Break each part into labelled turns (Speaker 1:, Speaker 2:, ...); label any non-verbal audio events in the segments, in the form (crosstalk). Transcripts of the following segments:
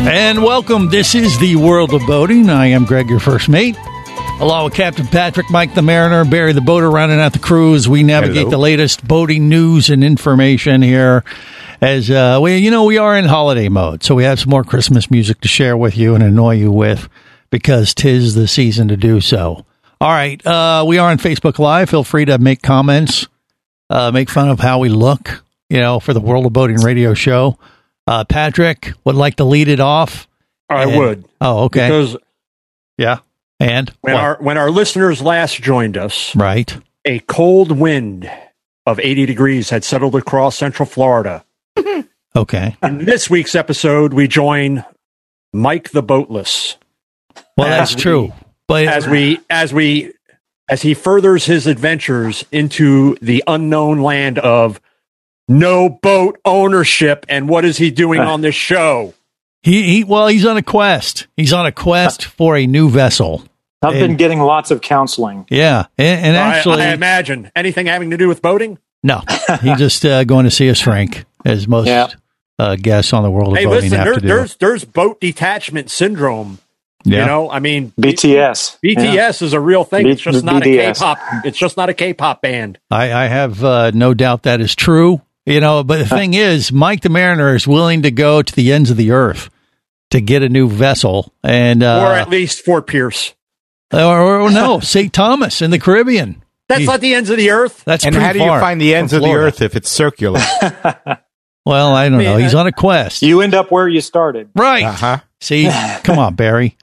Speaker 1: And welcome. This is the world of boating. I am Greg, your first mate. Along with Captain Patrick, Mike the Mariner, Barry the Boater, rounding out the cruise. We navigate
Speaker 2: Hello.
Speaker 1: the latest boating news and information here. As uh, we, you know, we are in holiday mode, so we have some more Christmas music to share with you and annoy you with because 'tis the season to do so. All right, uh, we are on Facebook Live. Feel free to make comments uh, make fun of how we look, you know, for the World of Boating radio show. Uh, Patrick would like to lead it off.
Speaker 2: I
Speaker 1: and-
Speaker 2: would.
Speaker 1: Oh, okay.
Speaker 2: Because
Speaker 1: yeah. And
Speaker 2: when
Speaker 1: What?
Speaker 2: our when our listeners last joined us,
Speaker 1: right.
Speaker 2: a cold wind of 80 degrees had settled across central Florida.
Speaker 1: Okay.
Speaker 2: In this week's episode, we join Mike the Boatless
Speaker 1: Well,
Speaker 2: As
Speaker 1: that's
Speaker 2: we-
Speaker 1: true. But
Speaker 2: as we as we as he furthers his adventures into the unknown land of no boat ownership and what is he doing on this show?
Speaker 1: he, he, well, he's on a quest. He's on a quest for a new vessel.
Speaker 3: I've been
Speaker 1: And-
Speaker 3: getting lots of counseling.
Speaker 1: Yeah. And, and
Speaker 2: I-
Speaker 1: actually,
Speaker 2: I, imagine anything having to do with boating.
Speaker 1: no, he's just uh, going to see a shrink,
Speaker 2: (laughs)
Speaker 1: as most
Speaker 3: Yeah.
Speaker 1: uh, guests on the World of
Speaker 2: Hey,
Speaker 1: Boating
Speaker 2: listen,
Speaker 1: have
Speaker 2: there,
Speaker 1: to do.
Speaker 2: there's there's boat detachment syndrome.
Speaker 1: Yeah.
Speaker 2: You know, I mean,
Speaker 3: BTS.
Speaker 2: BTS
Speaker 3: Yeah.
Speaker 2: is a real thing.
Speaker 3: B-
Speaker 2: It's just not a
Speaker 3: BDS.
Speaker 2: K-pop. It's just not a K-pop band.
Speaker 1: I, I have uh, no doubt that is true. You know, but the
Speaker 4: Uh.
Speaker 1: thing is, Mike the Mariner is willing to go to the ends of the earth to get a new vessel, and
Speaker 2: or
Speaker 1: uh,
Speaker 2: at least Fort Pierce.
Speaker 1: or, or, no, St. Thomas in the Caribbean.
Speaker 2: That's not the ends of the earth.
Speaker 1: That's
Speaker 4: and
Speaker 1: pretty
Speaker 4: how do you
Speaker 1: far
Speaker 4: find the
Speaker 1: from
Speaker 4: ends of the
Speaker 1: Florida.
Speaker 4: earth if
Speaker 1: (laughs)
Speaker 4: it's circular?
Speaker 1: Well, I don't know.
Speaker 2: mean,
Speaker 1: He's
Speaker 2: uh,
Speaker 1: on a quest,
Speaker 3: You end up where you started.
Speaker 1: right?
Speaker 4: uh huh.
Speaker 1: See, Uh-huh. (laughs) come on, Barry.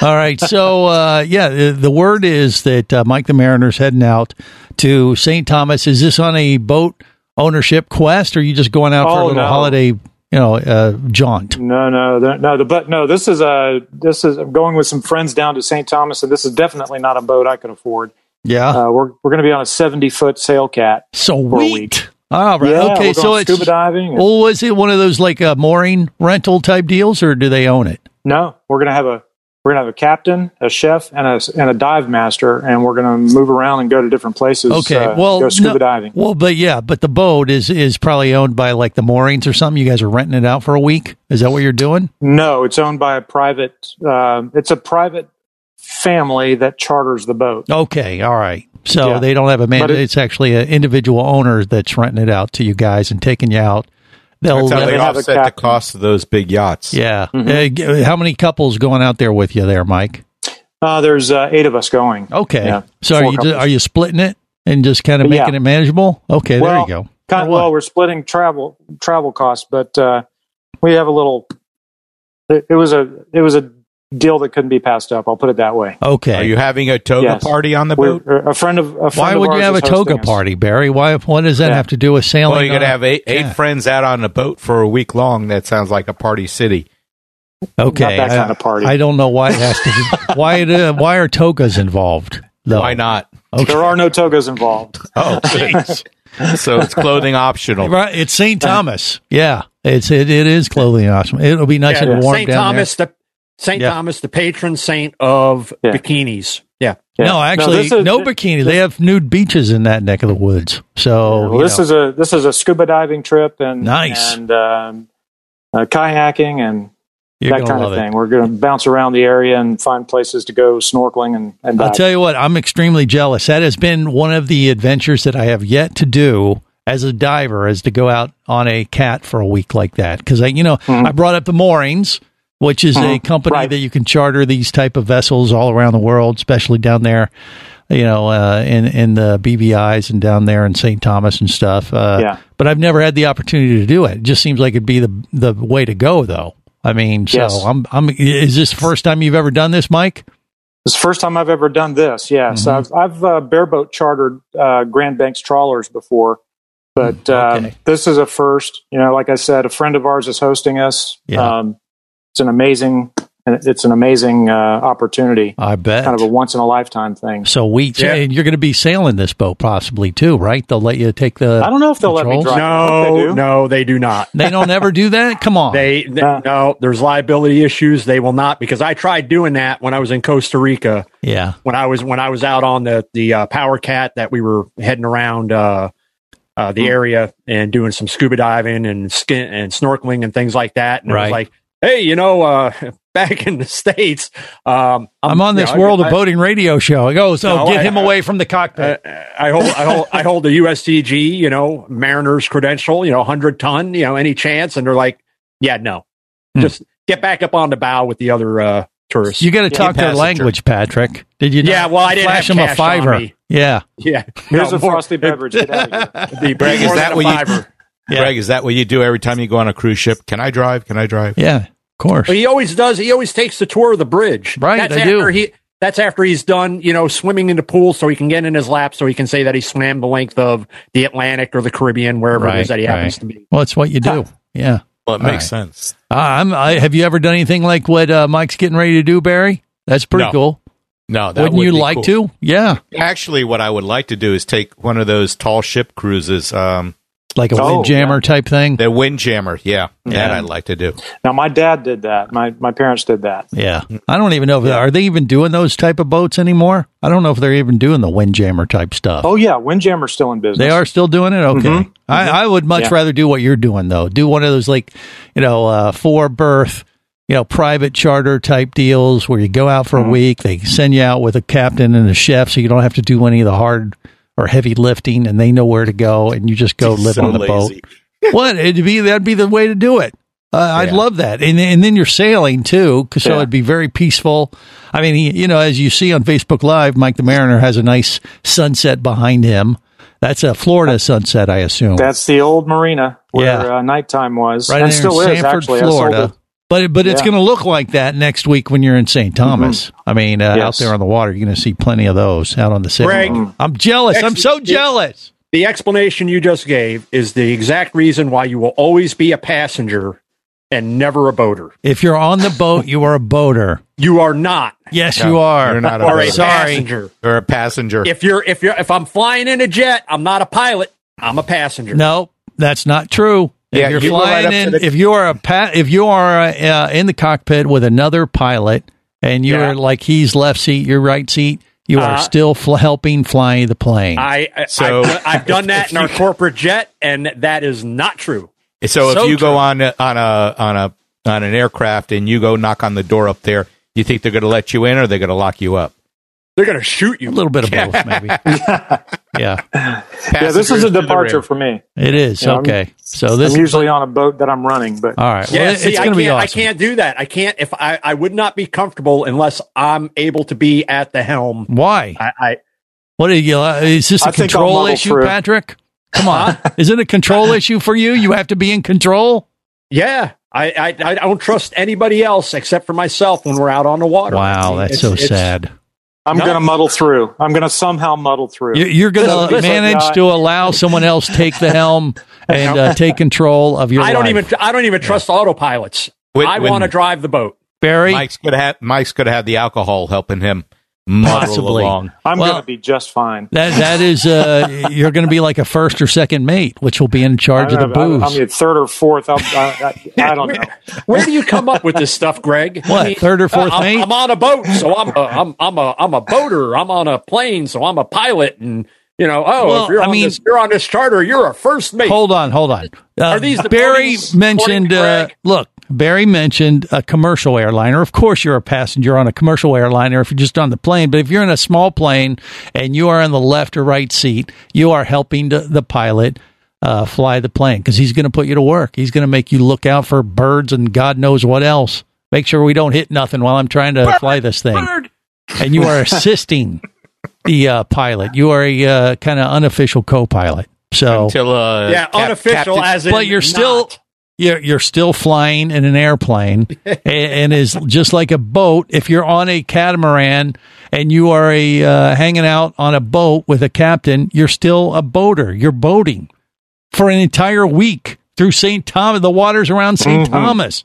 Speaker 1: All right, so uh, yeah, the, the word is that uh, Mike the Mariner's heading out to St. Thomas. Is this on a boat ownership quest, or are you just going out for a
Speaker 3: Oh,
Speaker 1: little
Speaker 3: no.
Speaker 1: holiday, you know, uh, jaunt?
Speaker 3: No, no, th- no. The, but no, this is uh, this is. I'm going with some friends down to St. Thomas, and this is definitely not a boat I can afford.
Speaker 1: Yeah,
Speaker 3: Uh, we're we're going to be on a 70 foot sail cat.
Speaker 1: So
Speaker 3: For a
Speaker 1: wheat.
Speaker 3: week.
Speaker 1: All right.
Speaker 3: Yeah, we're
Speaker 1: okay.
Speaker 3: going
Speaker 1: So it's
Speaker 3: scuba diving. and-
Speaker 1: well, was it one of those like uh, mooring rental type deals, or do they own it?
Speaker 3: no, we're going to have a we're going to have a captain, a chef, and a and a dive master, and we're going to move around and go to different places.
Speaker 1: Okay.
Speaker 3: uh,
Speaker 1: well,
Speaker 3: go scuba
Speaker 1: no-
Speaker 3: diving.
Speaker 1: Well, but yeah, but the boat is is probably owned by like the moorings or something. You guys are renting it out for a week. Is that what you're doing?
Speaker 3: No, it's owned by a private. um it's a private family that charters the boat.
Speaker 1: Okay. All right. So
Speaker 3: Yeah.
Speaker 1: they don't have a man.
Speaker 3: But it-
Speaker 1: it's actually an individual owner that's renting it out to you guys and taking you out. They'll
Speaker 4: That's how
Speaker 3: they Mm-hmm.
Speaker 4: they
Speaker 1: let-
Speaker 3: have a
Speaker 4: offset the
Speaker 3: captain.
Speaker 4: cost of those big yachts.
Speaker 1: yeah. Uh, g- how many couples going out there with you there, Mike?
Speaker 3: Uh, there's uh, eight of us going.
Speaker 1: Okay.
Speaker 3: Yeah,
Speaker 1: so are
Speaker 3: four
Speaker 1: you
Speaker 3: couples.
Speaker 1: are you splitting it and just kind of
Speaker 3: Yeah.
Speaker 1: making it manageable? Okay, there
Speaker 3: Well,
Speaker 1: you go. Or
Speaker 3: Kind of,
Speaker 1: what?
Speaker 3: well, we're splitting travel travel costs, but uh, we have a little. It, it was a it was a deal that couldn't be passed up. I'll put it that way.
Speaker 1: Okay.
Speaker 4: Are you having a toga
Speaker 3: Yes.
Speaker 4: party on the
Speaker 3: We're,
Speaker 4: boat?
Speaker 3: a friend of a friend
Speaker 1: Why
Speaker 3: of
Speaker 1: would you
Speaker 3: ours
Speaker 1: have a
Speaker 3: is
Speaker 1: toga
Speaker 3: hosting us.
Speaker 1: party, Barry? Why? What does that
Speaker 3: Yeah.
Speaker 1: have to do with sailing?
Speaker 4: Well, you're
Speaker 1: on
Speaker 4: gonna
Speaker 1: a-
Speaker 4: have eight,
Speaker 1: Yeah.
Speaker 4: eight friends out on a boat for a week long. That sounds like a party city.
Speaker 1: okay.
Speaker 3: Not that
Speaker 1: I-
Speaker 3: kind of party.
Speaker 1: I don't know why it has to. Be, why? Do, why are togas involved? Though? (laughs)
Speaker 4: Why not?
Speaker 1: Okay.
Speaker 3: There are no togas involved.
Speaker 4: (laughs) Oh, so it's clothing
Speaker 3: Oh.
Speaker 4: optional.
Speaker 1: Right, it's St. Thomas. Yeah, it's it, it is clothing awesome. It'll be nice and warm
Speaker 2: Saint
Speaker 1: down
Speaker 2: Thomas, the Saint
Speaker 1: Yeah.
Speaker 2: Thomas, the patron saint of
Speaker 3: Yeah.
Speaker 2: bikinis. Yeah,
Speaker 1: there. No,
Speaker 3: Yeah.
Speaker 1: actually,
Speaker 3: this is-
Speaker 1: no bikini. they have nude beaches in that neck of the woods. So
Speaker 3: Well,
Speaker 1: you
Speaker 3: this
Speaker 1: know.
Speaker 3: is a this is a scuba diving trip and
Speaker 1: Nice.
Speaker 3: and um, uh, kayaking and
Speaker 1: you're
Speaker 3: that
Speaker 1: gonna
Speaker 3: kind
Speaker 1: love
Speaker 3: of
Speaker 1: it.
Speaker 3: thing. We're going to bounce around the area and find places to go snorkeling and, and
Speaker 1: I'll
Speaker 3: dive.
Speaker 1: tell you what, I'm extremely jealous. That has been one of the adventures that I have yet to do as a diver, is to go out on a cat for a week like that. Because I, you know, I brought up the moorings, which is a company
Speaker 3: Hmm. Right.
Speaker 1: that you can charter these type of vessels all around the world, especially down there, you know, uh, in in the BVI's and down there in St. Thomas and stuff. Uh,
Speaker 3: Yeah.
Speaker 1: But I've never had the opportunity to do it. It just seems like it'd be the the way to go, though. I mean, so
Speaker 3: Yes.
Speaker 1: I'm. I'm. Is this the first time you've ever done this, Mike?
Speaker 3: It's the first time I've ever
Speaker 1: Mm-hmm.
Speaker 3: done this. Yes, I've I've uh, bareboat chartered uh, Grand Banks trawlers before, But
Speaker 1: Mm,
Speaker 3: um,
Speaker 1: okay.
Speaker 3: this is a first. You know, like I said, a friend of ours is hosting us.
Speaker 1: Yeah.
Speaker 3: Um, it's an amazing, it's an amazing uh, opportunity.
Speaker 1: I bet.
Speaker 3: Kind of a once in a lifetime thing.
Speaker 1: so we
Speaker 2: Yeah.
Speaker 1: and you're going to be sailing this boat possibly too, right? They'll let you take the.
Speaker 3: I don't know if they'll
Speaker 1: Controls?
Speaker 3: let me drive. I hope
Speaker 2: No,
Speaker 3: they do.
Speaker 2: no, they do not.
Speaker 1: They don't ever do that. Come on.
Speaker 2: They, th-
Speaker 3: Uh.
Speaker 2: no, there's liability issues. They will not because I tried doing that when I was in Costa Rica
Speaker 1: yeah.
Speaker 2: when I was when I was out on the the uh, Power Cat that we were heading around uh, uh,
Speaker 1: Hmm.
Speaker 2: the area and doing some scuba diving and skin and snorkeling and things like that. And it
Speaker 1: Right.
Speaker 2: was like, hey, you know, uh, (laughs) back in the states, um,
Speaker 1: I'm on
Speaker 2: you
Speaker 1: this
Speaker 2: know, I-
Speaker 1: world
Speaker 2: I-
Speaker 1: of boating radio show. I go, so
Speaker 2: No,
Speaker 1: get
Speaker 2: I-
Speaker 1: him
Speaker 2: I-
Speaker 1: away from the cockpit.
Speaker 2: I, I hold I hold I hold the USCG, you know, Mariners credential, you know, hundred ton, you know, any chance, and they're like, yeah, no,
Speaker 1: Hmm.
Speaker 2: just get back up on the bow with the other uh, tourists.
Speaker 1: you got to talk their
Speaker 4: passenger.
Speaker 1: language, Patrick. Did you?
Speaker 2: yeah,
Speaker 1: not
Speaker 2: well, I didn't
Speaker 1: flash
Speaker 2: have
Speaker 1: him a
Speaker 2: cash On
Speaker 1: fiver.
Speaker 2: me.
Speaker 1: Yeah.
Speaker 2: (laughs) Yeah,
Speaker 3: Here's
Speaker 2: No,
Speaker 3: a
Speaker 2: more-
Speaker 3: frosty beverage. Get out
Speaker 2: (laughs)
Speaker 3: of here.
Speaker 2: Be,
Speaker 4: Greg,
Speaker 2: Greg,
Speaker 4: is that
Speaker 2: that
Speaker 4: what
Speaker 2: a
Speaker 4: you-
Speaker 2: fiver.
Speaker 1: Yeah.
Speaker 4: Greg, is that what you do every time you go on a cruise ship? Can I drive? Can I drive?
Speaker 1: Yeah. Of course.
Speaker 2: But he always does. He always takes the tour of the bridge.
Speaker 1: Right,
Speaker 2: That's
Speaker 1: I do.
Speaker 2: after he. That's after he's done, you know, swimming in the pool, so he can get in his lap, so he can say that he swam the length of the Atlantic or the Caribbean, wherever it
Speaker 1: Right,
Speaker 2: is that he happens
Speaker 1: right.
Speaker 2: to be.
Speaker 1: Well, it's what you do. Yeah.
Speaker 4: Well, it
Speaker 1: All
Speaker 4: makes sense.
Speaker 1: Uh, I'm, I, have you ever done anything like what uh, Mike's getting ready to do, Barry? That's pretty
Speaker 4: No.
Speaker 1: cool.
Speaker 4: No, that
Speaker 1: Wouldn't
Speaker 4: would
Speaker 1: you
Speaker 4: be
Speaker 1: like
Speaker 4: cool.
Speaker 1: to? Yeah.
Speaker 4: Actually, what I would like to do is take one of those tall ship cruises. Um,
Speaker 1: Like a
Speaker 3: Oh,
Speaker 1: windjammer type thing.
Speaker 4: the Windjammer, yeah, that I'd like to do.
Speaker 3: Now, my dad did that. My my parents did that.
Speaker 1: Yeah. Mm. I don't even know if are they even doing those type of boats anymore? I don't know if they're even doing the windjammer type stuff.
Speaker 3: Oh yeah, Windjammer's still in business.
Speaker 1: They are still doing it. Okay, I, I would much
Speaker 3: Yeah.
Speaker 1: rather do what you're doing though. Do one of those like, you know, uh, four berth, you know, private charter type deals where you go out for a week. They send you out with a captain and a chef, so you don't have to do any of the hard or heavy lifting, and they know where to go, and you just go live
Speaker 4: So
Speaker 1: on the boat.
Speaker 4: lazy.
Speaker 1: what it'd be that'd be the way to do it. Uh, I'd
Speaker 4: Yeah.
Speaker 1: love that, and and then you're sailing too, 'cause so
Speaker 3: Yeah.
Speaker 1: it'd be very peaceful. I mean, he, you know, as you see on Facebook Live, Mike the Mariner has a nice sunset behind him. That's a Florida sunset, I assume.
Speaker 3: That's the old marina where
Speaker 1: Yeah.
Speaker 3: uh, nighttime was,
Speaker 1: right
Speaker 3: and
Speaker 1: there
Speaker 3: still
Speaker 1: in
Speaker 3: is
Speaker 1: Sanford,
Speaker 3: actually. I sold
Speaker 1: Florida.
Speaker 3: it.
Speaker 1: But but it's
Speaker 3: Yeah. Mm-hmm.
Speaker 1: going to look like that next week when you're in St. Thomas. I mean, uh, out
Speaker 3: Yes.
Speaker 1: there on the water, you're going to see plenty of those out on the city. Mm-hmm.
Speaker 2: Greg.
Speaker 1: I'm jealous. I'm so jealous.
Speaker 2: the explanation you just gave is the exact reason why you will always be a passenger and never a boater.
Speaker 1: If you're on the boat, you are a boater.
Speaker 2: You are not
Speaker 1: Yes,
Speaker 4: No,
Speaker 1: you are.
Speaker 4: you're not a
Speaker 1: You are
Speaker 2: or a
Speaker 4: boater.
Speaker 1: Sorry.
Speaker 2: passenger.
Speaker 4: Or a passenger.
Speaker 2: If you're if you're if I'm flying in a jet, I'm not a pilot. I'm a passenger.
Speaker 1: No, that's not true.
Speaker 4: Yeah,
Speaker 1: if you're
Speaker 4: you go right
Speaker 1: flying
Speaker 4: up to
Speaker 1: in,
Speaker 4: the-
Speaker 1: if you are a pa- if you are uh, in the cockpit with another pilot, and you're
Speaker 2: Yeah.
Speaker 1: like he's left seat, your right seat, you are
Speaker 2: Uh-huh.
Speaker 1: still fl- helping fly the plane.
Speaker 2: I, I
Speaker 4: So-
Speaker 2: I've, I've done that in our corporate jet, and that is not true.
Speaker 4: so,
Speaker 1: so
Speaker 4: if you
Speaker 1: true.
Speaker 4: go on a- on a on a on an aircraft and you go knock on the door up there, you think they're going to let you in or they're going to lock you up?
Speaker 2: They're going to shoot
Speaker 1: a
Speaker 2: you.
Speaker 1: little bit of both, maybe. yeah,
Speaker 3: Yeah, this
Speaker 4: Passengers
Speaker 3: is a
Speaker 4: to the
Speaker 3: departure
Speaker 4: rear.
Speaker 3: for me.
Speaker 1: it is
Speaker 3: Yeah, I'm-
Speaker 1: okay. so this,
Speaker 3: I'm usually on a boat that I'm running, but
Speaker 1: all right.
Speaker 2: Yeah,
Speaker 1: well,
Speaker 2: see,
Speaker 1: it's
Speaker 2: I
Speaker 1: going to
Speaker 2: can't.
Speaker 1: be awesome.
Speaker 2: I can't do that. I can't. If I, I would not be comfortable unless I'm able to be at the helm.
Speaker 1: Why?
Speaker 2: I, I
Speaker 1: What are you? Uh, is this a
Speaker 3: I think I'll
Speaker 1: control
Speaker 3: muddle
Speaker 1: issue,
Speaker 3: through.
Speaker 1: Patrick? Come on, is it a control issue for you? You have to be in control.
Speaker 2: Yeah, I, I I don't trust anybody else except for myself when we're out on the water.
Speaker 1: Wow, that's
Speaker 2: It's-
Speaker 1: so
Speaker 2: it's-
Speaker 1: sad.
Speaker 3: I'm
Speaker 2: No.
Speaker 3: going to muddle through. I'm going to somehow muddle through.
Speaker 1: You- You're going
Speaker 3: Listen,
Speaker 1: to
Speaker 3: listen,
Speaker 1: manage
Speaker 3: uh,
Speaker 1: to allow someone else take the
Speaker 3: (laughs)
Speaker 1: helm and uh, take control of your.
Speaker 2: I don't
Speaker 1: life.
Speaker 2: even I don't even trust autopilots.
Speaker 4: When-
Speaker 2: I
Speaker 4: when
Speaker 2: want to drive the boat.
Speaker 1: Barry.
Speaker 4: Mike's going to have Mike's going to have the alcohol helping him muddle
Speaker 1: Possibly.
Speaker 4: along.
Speaker 3: I'm
Speaker 1: well-
Speaker 3: going to be just fine.
Speaker 1: That that is uh, you're going to be like a first or second mate, which will be in charge of the
Speaker 3: I'm, I'm,
Speaker 1: booze.
Speaker 3: I'm at third or fourth. I'll, I, I, I don't
Speaker 1: (laughs)
Speaker 3: know.
Speaker 2: Where do you come up with this stuff, Greg? I
Speaker 1: What, third or fourth
Speaker 2: I'm,
Speaker 1: mate?
Speaker 2: I'm on a boat, so I'm a, I'm I'm a I'm a boater. I'm on a plane, so I'm a pilot. And you know, oh,
Speaker 1: Well,
Speaker 2: if you're
Speaker 1: I
Speaker 2: on
Speaker 1: mean-
Speaker 2: this, you're on this charter. You're a first mate.
Speaker 1: hold on, hold on. Uh,
Speaker 2: Are these the
Speaker 1: Barry
Speaker 2: ponies according
Speaker 1: mentioned?
Speaker 2: to
Speaker 1: Uh,
Speaker 2: Greg?
Speaker 1: look, Barry mentioned a commercial airliner. Of course, you're a passenger on a commercial airliner if you're just on the plane. But if you're in a small plane and you are in the left or right seat, you are helping the, the pilot. Uh, fly the plane because he's going to put you to work. He's going to make you look out for birds and God knows what else. Make sure we don't hit nothing while I'm trying to fly this thing. And you are assisting the uh, pilot. You are a uh, kind of unofficial co-pilot. So
Speaker 4: Till uh,
Speaker 2: yeah,
Speaker 4: cap-
Speaker 2: unofficial
Speaker 4: captain-
Speaker 2: as in
Speaker 1: but you're still
Speaker 2: not.
Speaker 1: you're, you're still flying in an
Speaker 2: (laughs)
Speaker 1: airplane and, and is just like a boat if you're on a catamaran and you are a uh, hanging out on a boat with a captain you're still a boater you're boating for an entire week through St. Thomas, the waters around saint
Speaker 2: Mm-hmm.
Speaker 1: Thomas.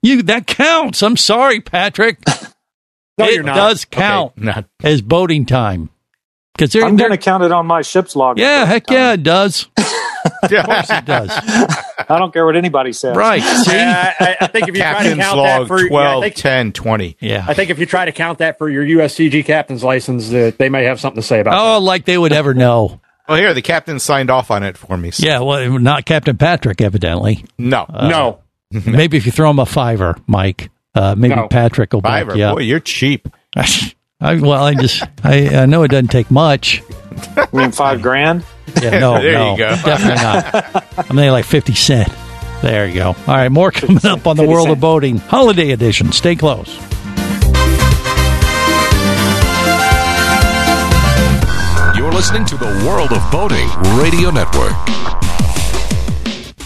Speaker 1: You that counts. I'm sorry, Patrick.
Speaker 2: (laughs) No,
Speaker 1: it
Speaker 2: you're not.
Speaker 1: does count
Speaker 4: Not
Speaker 1: as boating time because they're,
Speaker 3: I'm
Speaker 1: they're
Speaker 3: going to count it on my ship's log.
Speaker 1: yeah, heck yeah, it does. of
Speaker 4: (laughs)
Speaker 1: course it
Speaker 2: (laughs)
Speaker 1: does.
Speaker 3: I don't care what anybody says.
Speaker 1: Right? See? Yeah.
Speaker 2: Yeah, I, I think if you try to
Speaker 4: captain's
Speaker 2: count that
Speaker 4: log
Speaker 2: for
Speaker 4: 12,
Speaker 2: yeah, I, think,
Speaker 4: 10, 20.
Speaker 2: I think if you try to count that for your USCG captain's license, that they may have something to say about.
Speaker 1: Oh, like they would ever know.
Speaker 4: Well, here, the captain signed off on it for me. so-
Speaker 1: Yeah, Uh, well, not Captain Patrick, evidently.
Speaker 4: Oh. No.
Speaker 2: that. no,
Speaker 1: Maybe if you throw him a fiver, Mike, uh, maybe
Speaker 2: No.
Speaker 1: Patrick will back
Speaker 4: Fiver.
Speaker 1: you up.
Speaker 4: Boy, you're cheap.
Speaker 1: (laughs) I, well, I just I, I know it doesn't take
Speaker 4: (laughs)
Speaker 1: much.
Speaker 3: I mean, five grand.
Speaker 1: Yeah, no,
Speaker 4: There you
Speaker 1: no,
Speaker 4: go.
Speaker 1: definitely not. I'm there like fifty cent. There you go. All right, more coming up on the
Speaker 3: 50
Speaker 1: world
Speaker 3: cent.
Speaker 1: of boating holiday edition. Stay close.
Speaker 5: You're listening to the World of Boating Radio Network.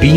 Speaker 6: Be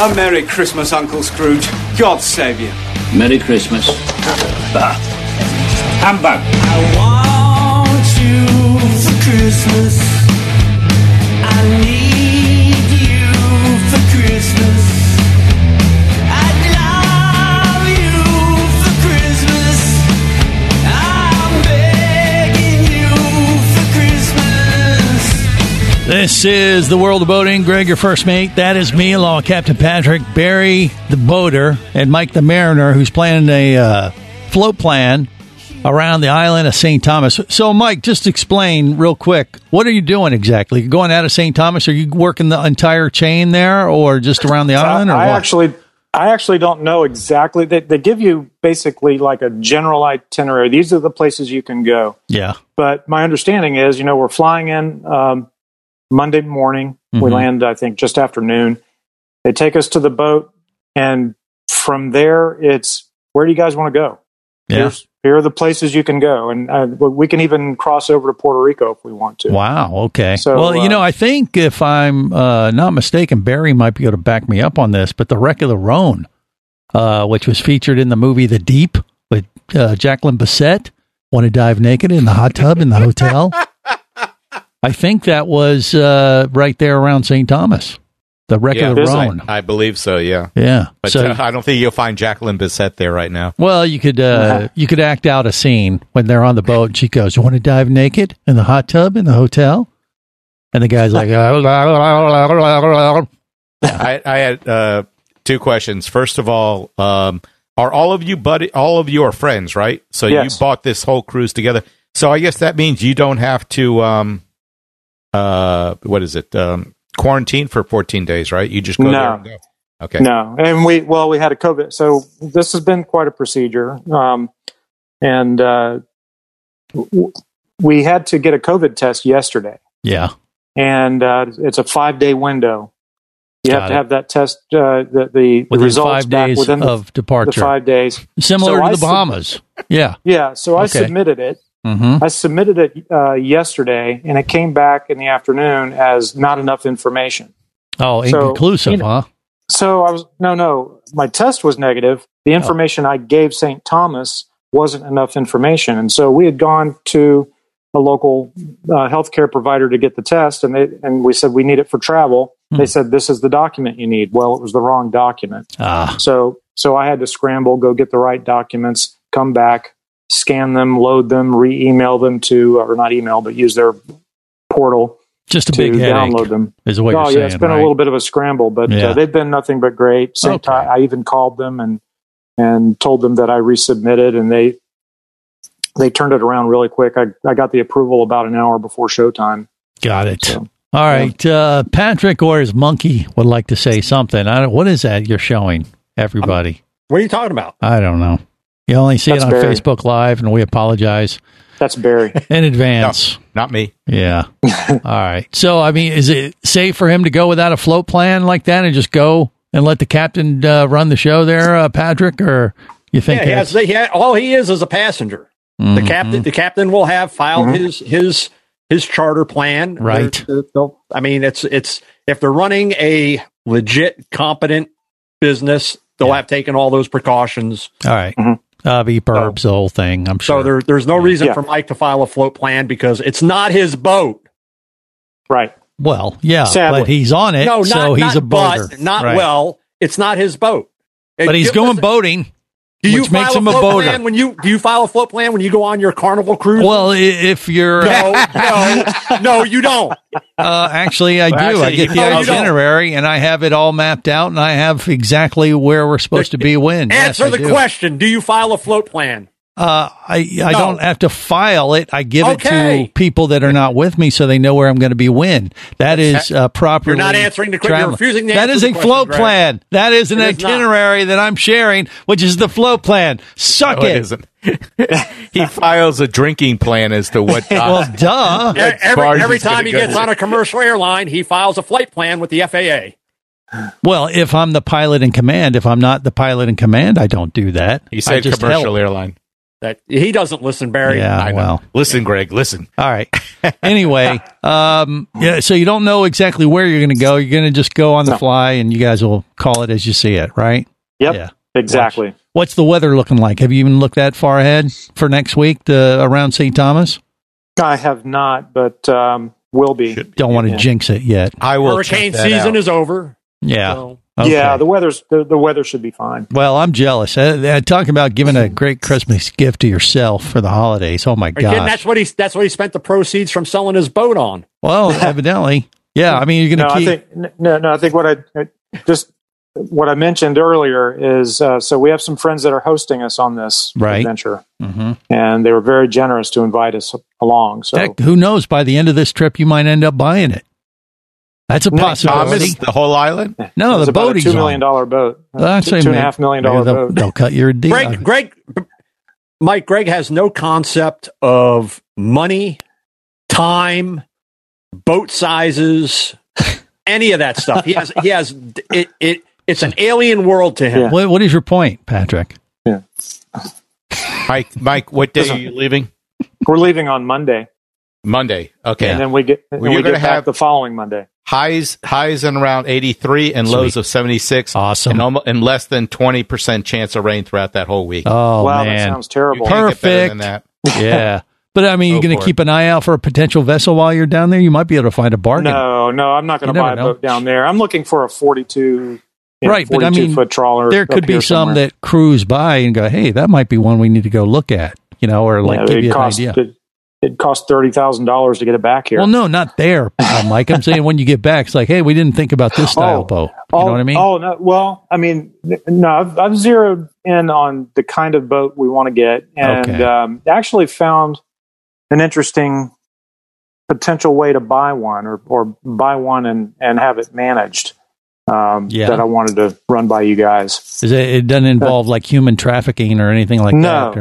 Speaker 7: A Merry Christmas, Uncle Scrooge. God save you.
Speaker 6: Merry Christmas. Humbug.
Speaker 7: I want you for Christmas. I need you for Christmas. I love you for Christmas. I'm begging you for Christmas.
Speaker 1: This is the world of boating. Greg, your first mate. That is me, along with Captain Patrick, Barry, the boater, and Mike, the mariner, who's planning a uh, float plan around the island of St. Thomas. So, Mike, just explain real quick. What are you doing exactly? You're going out of St. Thomas? Are you working the entire chain there, or just around the island? Or
Speaker 3: I
Speaker 1: what?
Speaker 3: actually, I actually don't know exactly. They, they give you basically like a general itinerary. These are the places you can go.
Speaker 1: yeah,
Speaker 3: But my understanding is, you know, we're flying in um, Monday morning. We
Speaker 1: Mhm.
Speaker 3: land, I think, just after noon. They take us to the boat, and from there, it's where do you guys want to go?
Speaker 1: yeah.
Speaker 3: Here's, here are the places you can go, and uh, we can even cross over to Puerto Rico if we want to.
Speaker 1: Wow. Okay.
Speaker 3: So,
Speaker 1: well, you
Speaker 3: uh,
Speaker 1: know, I think if I'm uh, not mistaken, Barry might be able to back me up on this, but the wreck of the Rhone, uh, which was featured in the movie The Deep with uh, Jacqueline Bisset, want to dive naked in the hot tub in the hotel. I think that was uh, right there around St. Thomas, the wreck of the Rhone.
Speaker 4: I, I believe so. Yeah,
Speaker 1: Yeah.
Speaker 4: But
Speaker 1: So-
Speaker 4: uh, I don't think you'll find Jacqueline Bissett there right now.
Speaker 1: Well, you could uh, you could act out a scene when they're on the boat. And she goes, "You want to dive naked in the hot tub in the hotel?" And the guy's like, "Oh,
Speaker 4: I, I had uh, two questions. First of all, um, are all of you buddy? All of you are friends, right? So
Speaker 1: Yes.
Speaker 4: you bought this whole cruise together. So I guess that means you don't have to. Um, uh, what is it? Um, quarantine for fourteen days, right? You just go there.
Speaker 3: No,
Speaker 4: And go. Okay.
Speaker 3: no, and we well, we had a COVID, so this has been quite a procedure, um, and uh, w- we had to get a COVID test yesterday,
Speaker 1: "Yeah,
Speaker 3: and uh, it's a five day window. You
Speaker 1: Got
Speaker 3: have to
Speaker 1: it.
Speaker 3: have that test, uh, the, the, the
Speaker 1: Within
Speaker 3: results
Speaker 1: five
Speaker 3: back
Speaker 1: days
Speaker 3: within the-
Speaker 1: of departure.
Speaker 3: The five days,
Speaker 1: similar
Speaker 3: So
Speaker 1: to
Speaker 3: I
Speaker 1: the
Speaker 3: sub-
Speaker 1: Bahamas." yeah.
Speaker 3: yeah, so I
Speaker 1: Okay.
Speaker 3: submitted it.
Speaker 1: Mm-hmm.
Speaker 3: I submitted it uh, yesterday, and it came back in the afternoon as not enough information.
Speaker 1: Oh,
Speaker 3: So,
Speaker 1: inconclusive,
Speaker 3: you know-
Speaker 1: huh?
Speaker 3: So I was no, no. My test was negative. The
Speaker 1: Oh.
Speaker 3: information I gave St. Thomas wasn't enough information, and so we had gone to a local uh, healthcare provider to get the test, and they and we said we need it for travel.
Speaker 1: Hmm.
Speaker 3: They said this is the document you need. Well, it was the wrong document.
Speaker 1: Ah.
Speaker 3: So so I had to scramble, go get the right documents, come back, scan them, load them, re-email them to or not email, but use their portal.
Speaker 1: Just a
Speaker 3: to
Speaker 1: big headache,
Speaker 3: download them
Speaker 1: is what
Speaker 3: oh,
Speaker 1: you're
Speaker 3: yeah,
Speaker 1: saying,
Speaker 3: it's been
Speaker 1: right?
Speaker 3: a little bit of a scramble, but
Speaker 1: Yeah.
Speaker 3: uh, they've been nothing but great. Same time, I even called them and and told them that I resubmitted, and they they turned it around really quick. I I got the approval about an hour before showtime.
Speaker 1: Got it. All right, uh, Patrick or his monkey would like to say something. I don't, what is that you're showing everybody?
Speaker 2: What are you talking about?
Speaker 1: I don't know. You only see
Speaker 2: That's
Speaker 1: it on
Speaker 2: Barry.
Speaker 1: Facebook Live, and we apologize (laughs)
Speaker 3: That's Barry
Speaker 1: in advance.
Speaker 4: Not me.
Speaker 1: Yeah. All right. So, I mean, is it safe for him to go without a float plan like that and just go and let the captain uh, run the show there, uh, Patrick? Or you think
Speaker 2: Yeah, he has,
Speaker 1: that's-
Speaker 2: he ha- all he is is a passenger. The captain, the captain will have filed
Speaker 7: Mm-hmm.
Speaker 2: his his his charter plan.
Speaker 1: Right.
Speaker 2: They're- they'll- I mean, it's it's if they're running a legit, competent business, they'll have taken all those precautions.
Speaker 1: all right? Uh, be burbs the whole thing. I'm sure.
Speaker 2: So there, there's no reason
Speaker 1: Yeah.
Speaker 2: for Mike to file a float plan because it's not his boat.
Speaker 3: Right.
Speaker 1: well, yeah,
Speaker 2: Sadly.
Speaker 1: but he's on it,
Speaker 2: No, not,
Speaker 1: Eh, so he's
Speaker 2: not
Speaker 1: a boater,
Speaker 2: But, not
Speaker 1: Right.
Speaker 2: well. It's not his boat.
Speaker 1: But he's going boating,
Speaker 2: Do you
Speaker 1: which makes
Speaker 2: file
Speaker 1: him a
Speaker 2: float
Speaker 1: boater.
Speaker 2: Plan when you do you file a float plan when you go on your carnival cruise?
Speaker 1: Well, i- if you're (laughs)
Speaker 2: no, no, no, you don't.
Speaker 1: Uh, actually, I do.
Speaker 2: Actually,
Speaker 1: I get the
Speaker 2: no, you don't.
Speaker 1: itinerary, and I have it all mapped out, and I have exactly where we're supposed to be when. Yes,
Speaker 2: Answer
Speaker 1: I
Speaker 2: the
Speaker 1: do.
Speaker 2: question. Do you file a float plan?
Speaker 1: Uh, I I
Speaker 2: No.
Speaker 1: don't have to file it. I give it
Speaker 2: Okay.
Speaker 1: to people that are not with me, so they know where I'm going to be when. That is uh, properly.
Speaker 2: You're not answering the que- you're
Speaker 1: travel-
Speaker 2: refusing to
Speaker 1: That
Speaker 2: answer
Speaker 1: is
Speaker 2: the
Speaker 1: a
Speaker 2: question,
Speaker 1: float
Speaker 2: Greg.
Speaker 1: plan. That is an
Speaker 2: It is not.
Speaker 1: itinerary that I'm sharing, which is the float plan. Suck
Speaker 4: No, it
Speaker 1: it.
Speaker 4: isn't. (laughs) he files a drinking plan as
Speaker 1: (laughs)
Speaker 4: to what.
Speaker 1: Well,
Speaker 2: (laughs)
Speaker 1: duh.
Speaker 2: E- Every,
Speaker 4: barge
Speaker 2: every
Speaker 4: is gonna
Speaker 2: time he
Speaker 4: go
Speaker 2: gets
Speaker 4: to.
Speaker 2: on a commercial airline, he files a flight plan with the FAA.
Speaker 1: Well, if I'm the pilot in command, if I'm not the pilot in command, I don't do that.
Speaker 4: He
Speaker 1: I
Speaker 4: said
Speaker 1: just Oh,
Speaker 4: commercial
Speaker 1: help.
Speaker 4: airline.
Speaker 2: That he doesn't listen, Barry.
Speaker 1: Yeah,
Speaker 4: I know.
Speaker 1: well.
Speaker 4: Listen, Greg. Listen.
Speaker 1: All right. (laughs) Anyway, um, yeah. So you don't know exactly where you're going to go. You're going to just go on the fly, and you guys will call it as you see it, right?
Speaker 3: Yep.
Speaker 1: Yeah.
Speaker 3: Exactly.
Speaker 1: What's the weather looking like? Have you even looked that far ahead for next week to, around St. Thomas?
Speaker 3: I have not, but um, will be.
Speaker 1: Don't want to jinx it yet.
Speaker 4: I will.
Speaker 2: Hurricane season is over.
Speaker 1: Yeah.
Speaker 2: So-
Speaker 1: Okay.
Speaker 3: Yeah, the weather's the, the weather should be fine.
Speaker 1: Well, I'm jealous. Uh, uh, talking about giving a great Christmas gift to yourself for the holidays. Oh my
Speaker 2: Are you kidding?
Speaker 1: gosh.
Speaker 2: That's what he that's what he spent the proceeds from selling his boat on.
Speaker 3: (laughs)
Speaker 1: Well, evidently, yeah. I mean, you're going
Speaker 3: no,
Speaker 1: to
Speaker 3: I
Speaker 1: keep.
Speaker 3: think n- no, no. I think what I I- just what I mentioned earlier is uh, so we have some friends that are hosting us on this
Speaker 1: Right.
Speaker 3: adventure,
Speaker 1: Mhm.
Speaker 3: and they were very generous to invite us along. So
Speaker 1: Heck, who knows? By the end of this trip, you might end up buying it. That's a possibility.
Speaker 4: Thomas, the whole island.
Speaker 1: No,
Speaker 3: it's
Speaker 1: oh, the
Speaker 3: about
Speaker 1: boat
Speaker 3: a
Speaker 1: he's
Speaker 3: two million dollar boat,
Speaker 1: on. I'd
Speaker 3: two
Speaker 1: say
Speaker 3: and a
Speaker 1: maybe-
Speaker 3: half million dollar
Speaker 1: maybe they'll, (laughs)
Speaker 3: boat.
Speaker 1: they'll cut your deal.
Speaker 2: Greg, Greg, Mike, Greg has no concept of money, time, boat sizes, (laughs) any of that stuff. He has, he has, it, it, it's an alien world to him.
Speaker 1: What, what is your point, Patrick?
Speaker 4: Mike, Mike, what day are you leaving?
Speaker 3: We're leaving on Monday,
Speaker 4: Monday. Okay.
Speaker 3: and then we get and
Speaker 4: Well, you're
Speaker 3: we get
Speaker 4: gonna
Speaker 3: back
Speaker 4: have-
Speaker 3: the following Monday.
Speaker 4: highs highs in around 83 and lows of 76
Speaker 1: awesome
Speaker 4: and, almo- and less than 20% chance of rain throughout that whole week
Speaker 1: Oh
Speaker 3: wow,
Speaker 1: man,
Speaker 3: that sounds terrible.
Speaker 4: Can't get better than
Speaker 1: perfect.
Speaker 4: that.
Speaker 1: yeah, But I mean, you're
Speaker 3: Go
Speaker 1: going
Speaker 3: for
Speaker 1: to
Speaker 3: it.
Speaker 1: keep an eye out for a potential vessel while you're down there. You might be able to find a bargain.
Speaker 3: No, no, I'm not going
Speaker 1: You
Speaker 3: to
Speaker 1: never
Speaker 3: buy a
Speaker 1: know.
Speaker 3: boat down there. I'm looking for a 42, you know,
Speaker 1: right, but I
Speaker 3: 42
Speaker 1: mean,
Speaker 3: foot trawler.
Speaker 1: there
Speaker 3: up
Speaker 1: could be
Speaker 3: here
Speaker 1: some
Speaker 3: somewhere.
Speaker 1: that cruise by and go, "Hey, that might be one we need to go look at," you know, or like
Speaker 3: Yeah,
Speaker 1: give
Speaker 3: it
Speaker 1: you
Speaker 3: cost,
Speaker 1: an idea.
Speaker 3: It, it cost thirty thousand dollars to get it back here.
Speaker 1: Well, no, not there, uh, Mike. I'm saying when you get back, it's like, "Hey, we didn't think about this style
Speaker 3: (laughs) Oh,
Speaker 1: boat."
Speaker 3: oh, what I mean? Oh no. Well, I mean, n- no. I've, I've zeroed in on the kind of boat we want to get, and
Speaker 1: Okay.
Speaker 3: um, actually found an interesting potential way to buy one, or or buy one and and have it managed. Um,
Speaker 1: Yeah.
Speaker 3: That I wanted to run by you guys. (laughs)
Speaker 1: Is it, it doesn't involve like human trafficking or anything like
Speaker 3: No.
Speaker 1: that?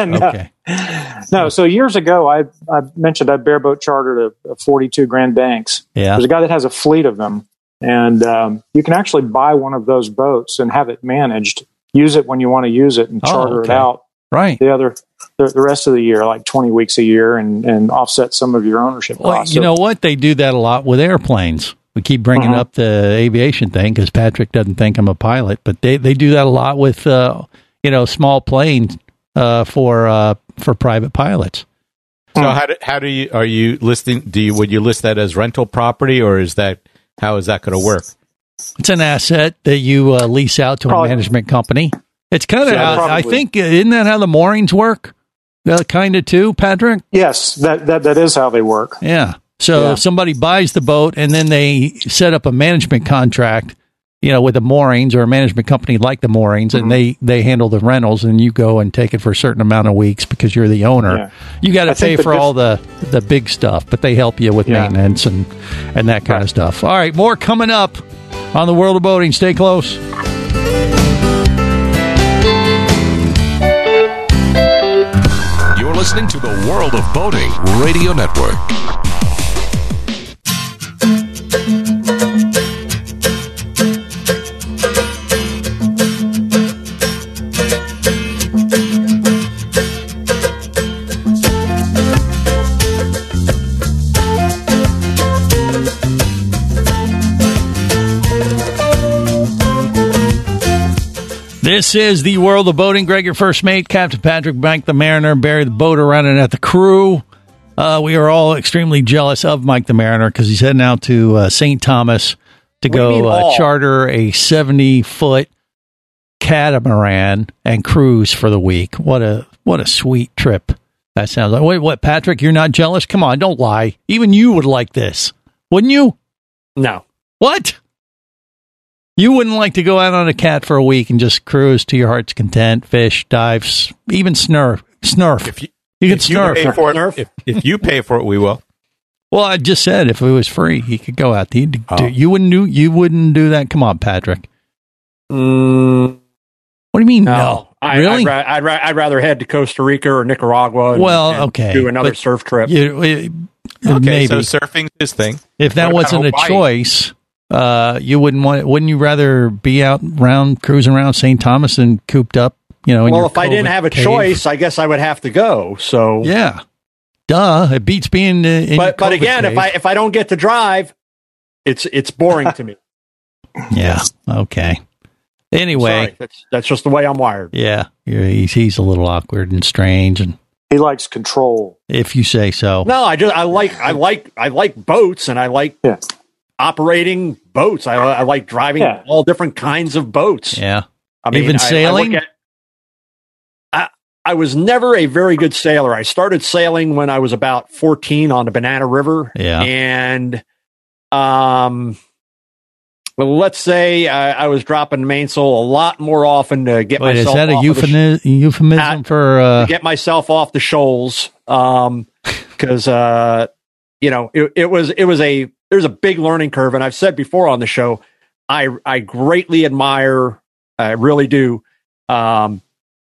Speaker 1: Or,
Speaker 3: (laughs) No.
Speaker 1: Okay.
Speaker 3: uh, No, so years ago, I, I mentioned I bareboat chartered a, a 42 Grand Banks.
Speaker 1: Yeah.
Speaker 3: There's a guy that has a fleet of them, and um, you can actually buy one of those boats and have it managed. Use it when you want to use it and
Speaker 1: Oh,
Speaker 3: charter
Speaker 1: okay.
Speaker 3: it out.
Speaker 1: Right.
Speaker 3: The other, the, the rest of the year, like 20 weeks a year, and, and offset some of your ownership
Speaker 1: Well,
Speaker 3: costs.
Speaker 1: you
Speaker 3: So-
Speaker 1: know what? They do that a lot with airplanes. We keep bringing
Speaker 3: Mhm.
Speaker 1: up the aviation thing because Patrick doesn't think I'm a pilot, but they, they do that a lot with uh, you know small planes uh, for uh, for private pilots.
Speaker 4: So how do, how do you are you listing? Do you would you list that as rental property or is that how is that going to work?
Speaker 1: It's an asset that you uh, lease out to a management company. It's kind of
Speaker 3: Oh, Yeah,
Speaker 1: how I
Speaker 3: probably.
Speaker 1: think uh, isn't that how the moorings work? That kind of too, Patrick.
Speaker 3: yes, that, that, that is how they work.
Speaker 1: Yeah. So
Speaker 3: Yeah.
Speaker 1: if somebody buys the boat and then they set up a management contract, you know, with the moorings or a management company like the moorings,
Speaker 3: Mm-hmm.
Speaker 1: and they they handle the rentals, and you go and take it for a certain amount of weeks because you're the owner.
Speaker 3: Yeah.
Speaker 1: You got
Speaker 3: I
Speaker 1: to pay
Speaker 3: think the
Speaker 1: for all the the big stuff, but they help you with maintenance and and that kind of stuff. All right, more coming up on the world of boating. Stay close.
Speaker 5: You're listening to the World of Boating Radio Network.
Speaker 1: This is the world of boating. Greg, your first mate, Captain Patrick Bank, the mariner, Barry, the boater, running at the crew. Uh, we are all extremely jealous of Mike the Mariner because he's heading out to uh, St. Thomas to
Speaker 2: do you mean
Speaker 1: go uh,
Speaker 2: all?
Speaker 1: charter a 70 foot catamaran and cruise for the week. What a what a sweet trip that sounds like. Wait, what, Patrick? You're not jealous? Come on, don't lie. Even you would like this, wouldn't you?
Speaker 2: No.
Speaker 1: What? You wouldn't like to go out on a cat for a week and just cruise to your heart's content, fish, dive, s- even snurf, snurf.
Speaker 4: If you,
Speaker 1: can
Speaker 4: if you
Speaker 1: snurf.
Speaker 4: pay for it, if, if you pay for it, we will.
Speaker 1: Well, I just said if it was free, he could go out. He'd
Speaker 4: Oh.
Speaker 1: do- you wouldn't do you wouldn't do that. Come on, Patrick. what do you mean? Mm, No,
Speaker 2: I,
Speaker 1: really?
Speaker 2: I'd, ra- I'd, ra- I'd rather head to Costa Rica or Nicaragua. and-
Speaker 1: well,
Speaker 2: and
Speaker 1: okay.
Speaker 2: Do another
Speaker 1: but
Speaker 2: surf trip.
Speaker 1: You, it-
Speaker 4: Okay,
Speaker 1: maybe
Speaker 4: so surfing's his thing.
Speaker 1: if that
Speaker 4: What about
Speaker 1: wasn't a
Speaker 4: Hawaii?
Speaker 1: choice, uh, you wouldn't want. Wouldn't you rather be out round cruising around St. Thomas and cooped up? You know, in
Speaker 2: well,
Speaker 1: your
Speaker 2: if I didn't
Speaker 1: COVID
Speaker 2: have a
Speaker 1: cave?
Speaker 2: choice, I guess I would have to go. So
Speaker 1: yeah, duh, it beats being. uh, In
Speaker 2: but
Speaker 1: your
Speaker 2: but
Speaker 1: COVID
Speaker 2: again,
Speaker 1: cave.
Speaker 2: if I if I don't get to drive, it's it's boring to me.
Speaker 1: yeah, okay. Anyway,
Speaker 2: Sorry, that's that's just the way I'm wired.
Speaker 1: yeah, you're- he's he's a little awkward and strange, and
Speaker 3: He likes control.
Speaker 1: if you say so,
Speaker 2: No, I just I like I like I like boats and I like
Speaker 3: Yeah.
Speaker 2: operating boats. I, I like driving
Speaker 3: Yeah.
Speaker 2: all different kinds of boats.
Speaker 1: yeah,
Speaker 2: I mean,
Speaker 1: Even
Speaker 2: I- I look
Speaker 1: sailing?
Speaker 2: at- I, I was never a very good sailor. I started sailing when I was about 14 on the Banana River.
Speaker 1: Yeah.
Speaker 2: And, um, well, let's say I, I was dropping mainsail a lot more often to get
Speaker 1: Wait, is
Speaker 2: myself
Speaker 1: that a
Speaker 2: off of the sh-
Speaker 1: euphemism, euphemism
Speaker 2: Uh,
Speaker 1: for uh,
Speaker 2: to (laughs) get myself off the shoals. Um, because uh, you know, it, it was it was a there's a big learning curve, and I've said before on the show, I I greatly admire, I really do, um,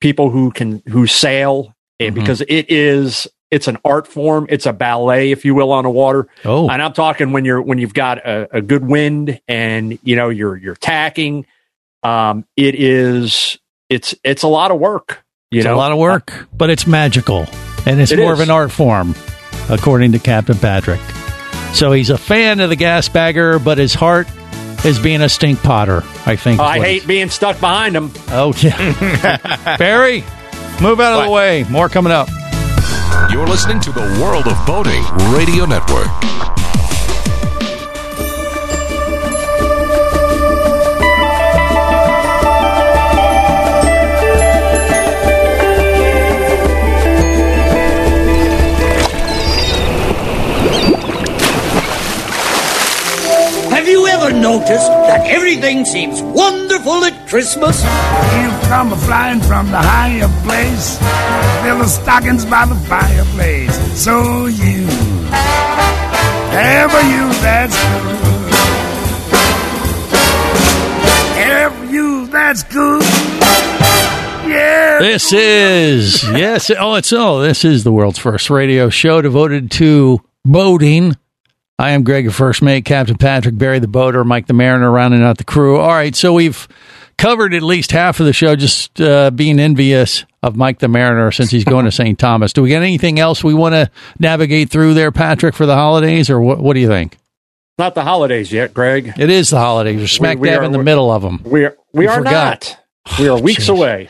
Speaker 2: people who can who sail eh,
Speaker 1: Mhm.
Speaker 2: because it is it's an art form, it's a ballet, if you will, on the water.
Speaker 1: oh,
Speaker 2: And I'm talking when you're when you've got a, a good wind and you know you're you're tacking. Um, it is it's it's a lot of work. You
Speaker 1: it's
Speaker 2: know,
Speaker 1: a lot of work, but it's magical and it's
Speaker 2: It
Speaker 1: more
Speaker 2: is.
Speaker 1: of an art form, according to Captain Patrick. So he's a fan of the gas bagger, but his heart is being a stink potter. I think. is
Speaker 2: Uh, Oh, I
Speaker 1: what he
Speaker 2: hate being stuck behind them.
Speaker 1: Oh, yeah. Barry, move out of the way. More coming up.
Speaker 5: You're listening to the World of Boating Radio Network.
Speaker 8: Have you ever noticed that everything seems wonderful at Christmas?
Speaker 9: You've come flying from the higher place, fill the stockings by the fireplace. So you, ever you, that's good. Ever you, that's good. Yeah.
Speaker 1: This is yes. Oh, it's oh, this is the world's first radio show devoted to boating. I am Greg, your first mate, Captain Patrick Barry, the boater, Mike the Mariner, rounding out the crew. All right, so we've covered at least half of the show, just uh, being envious of Mike the Mariner since he's
Speaker 2: (laughs)
Speaker 1: going to St. Thomas. Do we got anything else we want to navigate through there, Patrick, for the holidays, or what? What do you think?
Speaker 2: Not the holidays yet, Greg.
Speaker 1: It is the holidays. We're smack
Speaker 2: we
Speaker 1: dab
Speaker 2: are-
Speaker 1: in the middle of them.
Speaker 2: We are we
Speaker 1: You
Speaker 2: are
Speaker 1: forgot. (sighs)
Speaker 2: not. We are weeks away.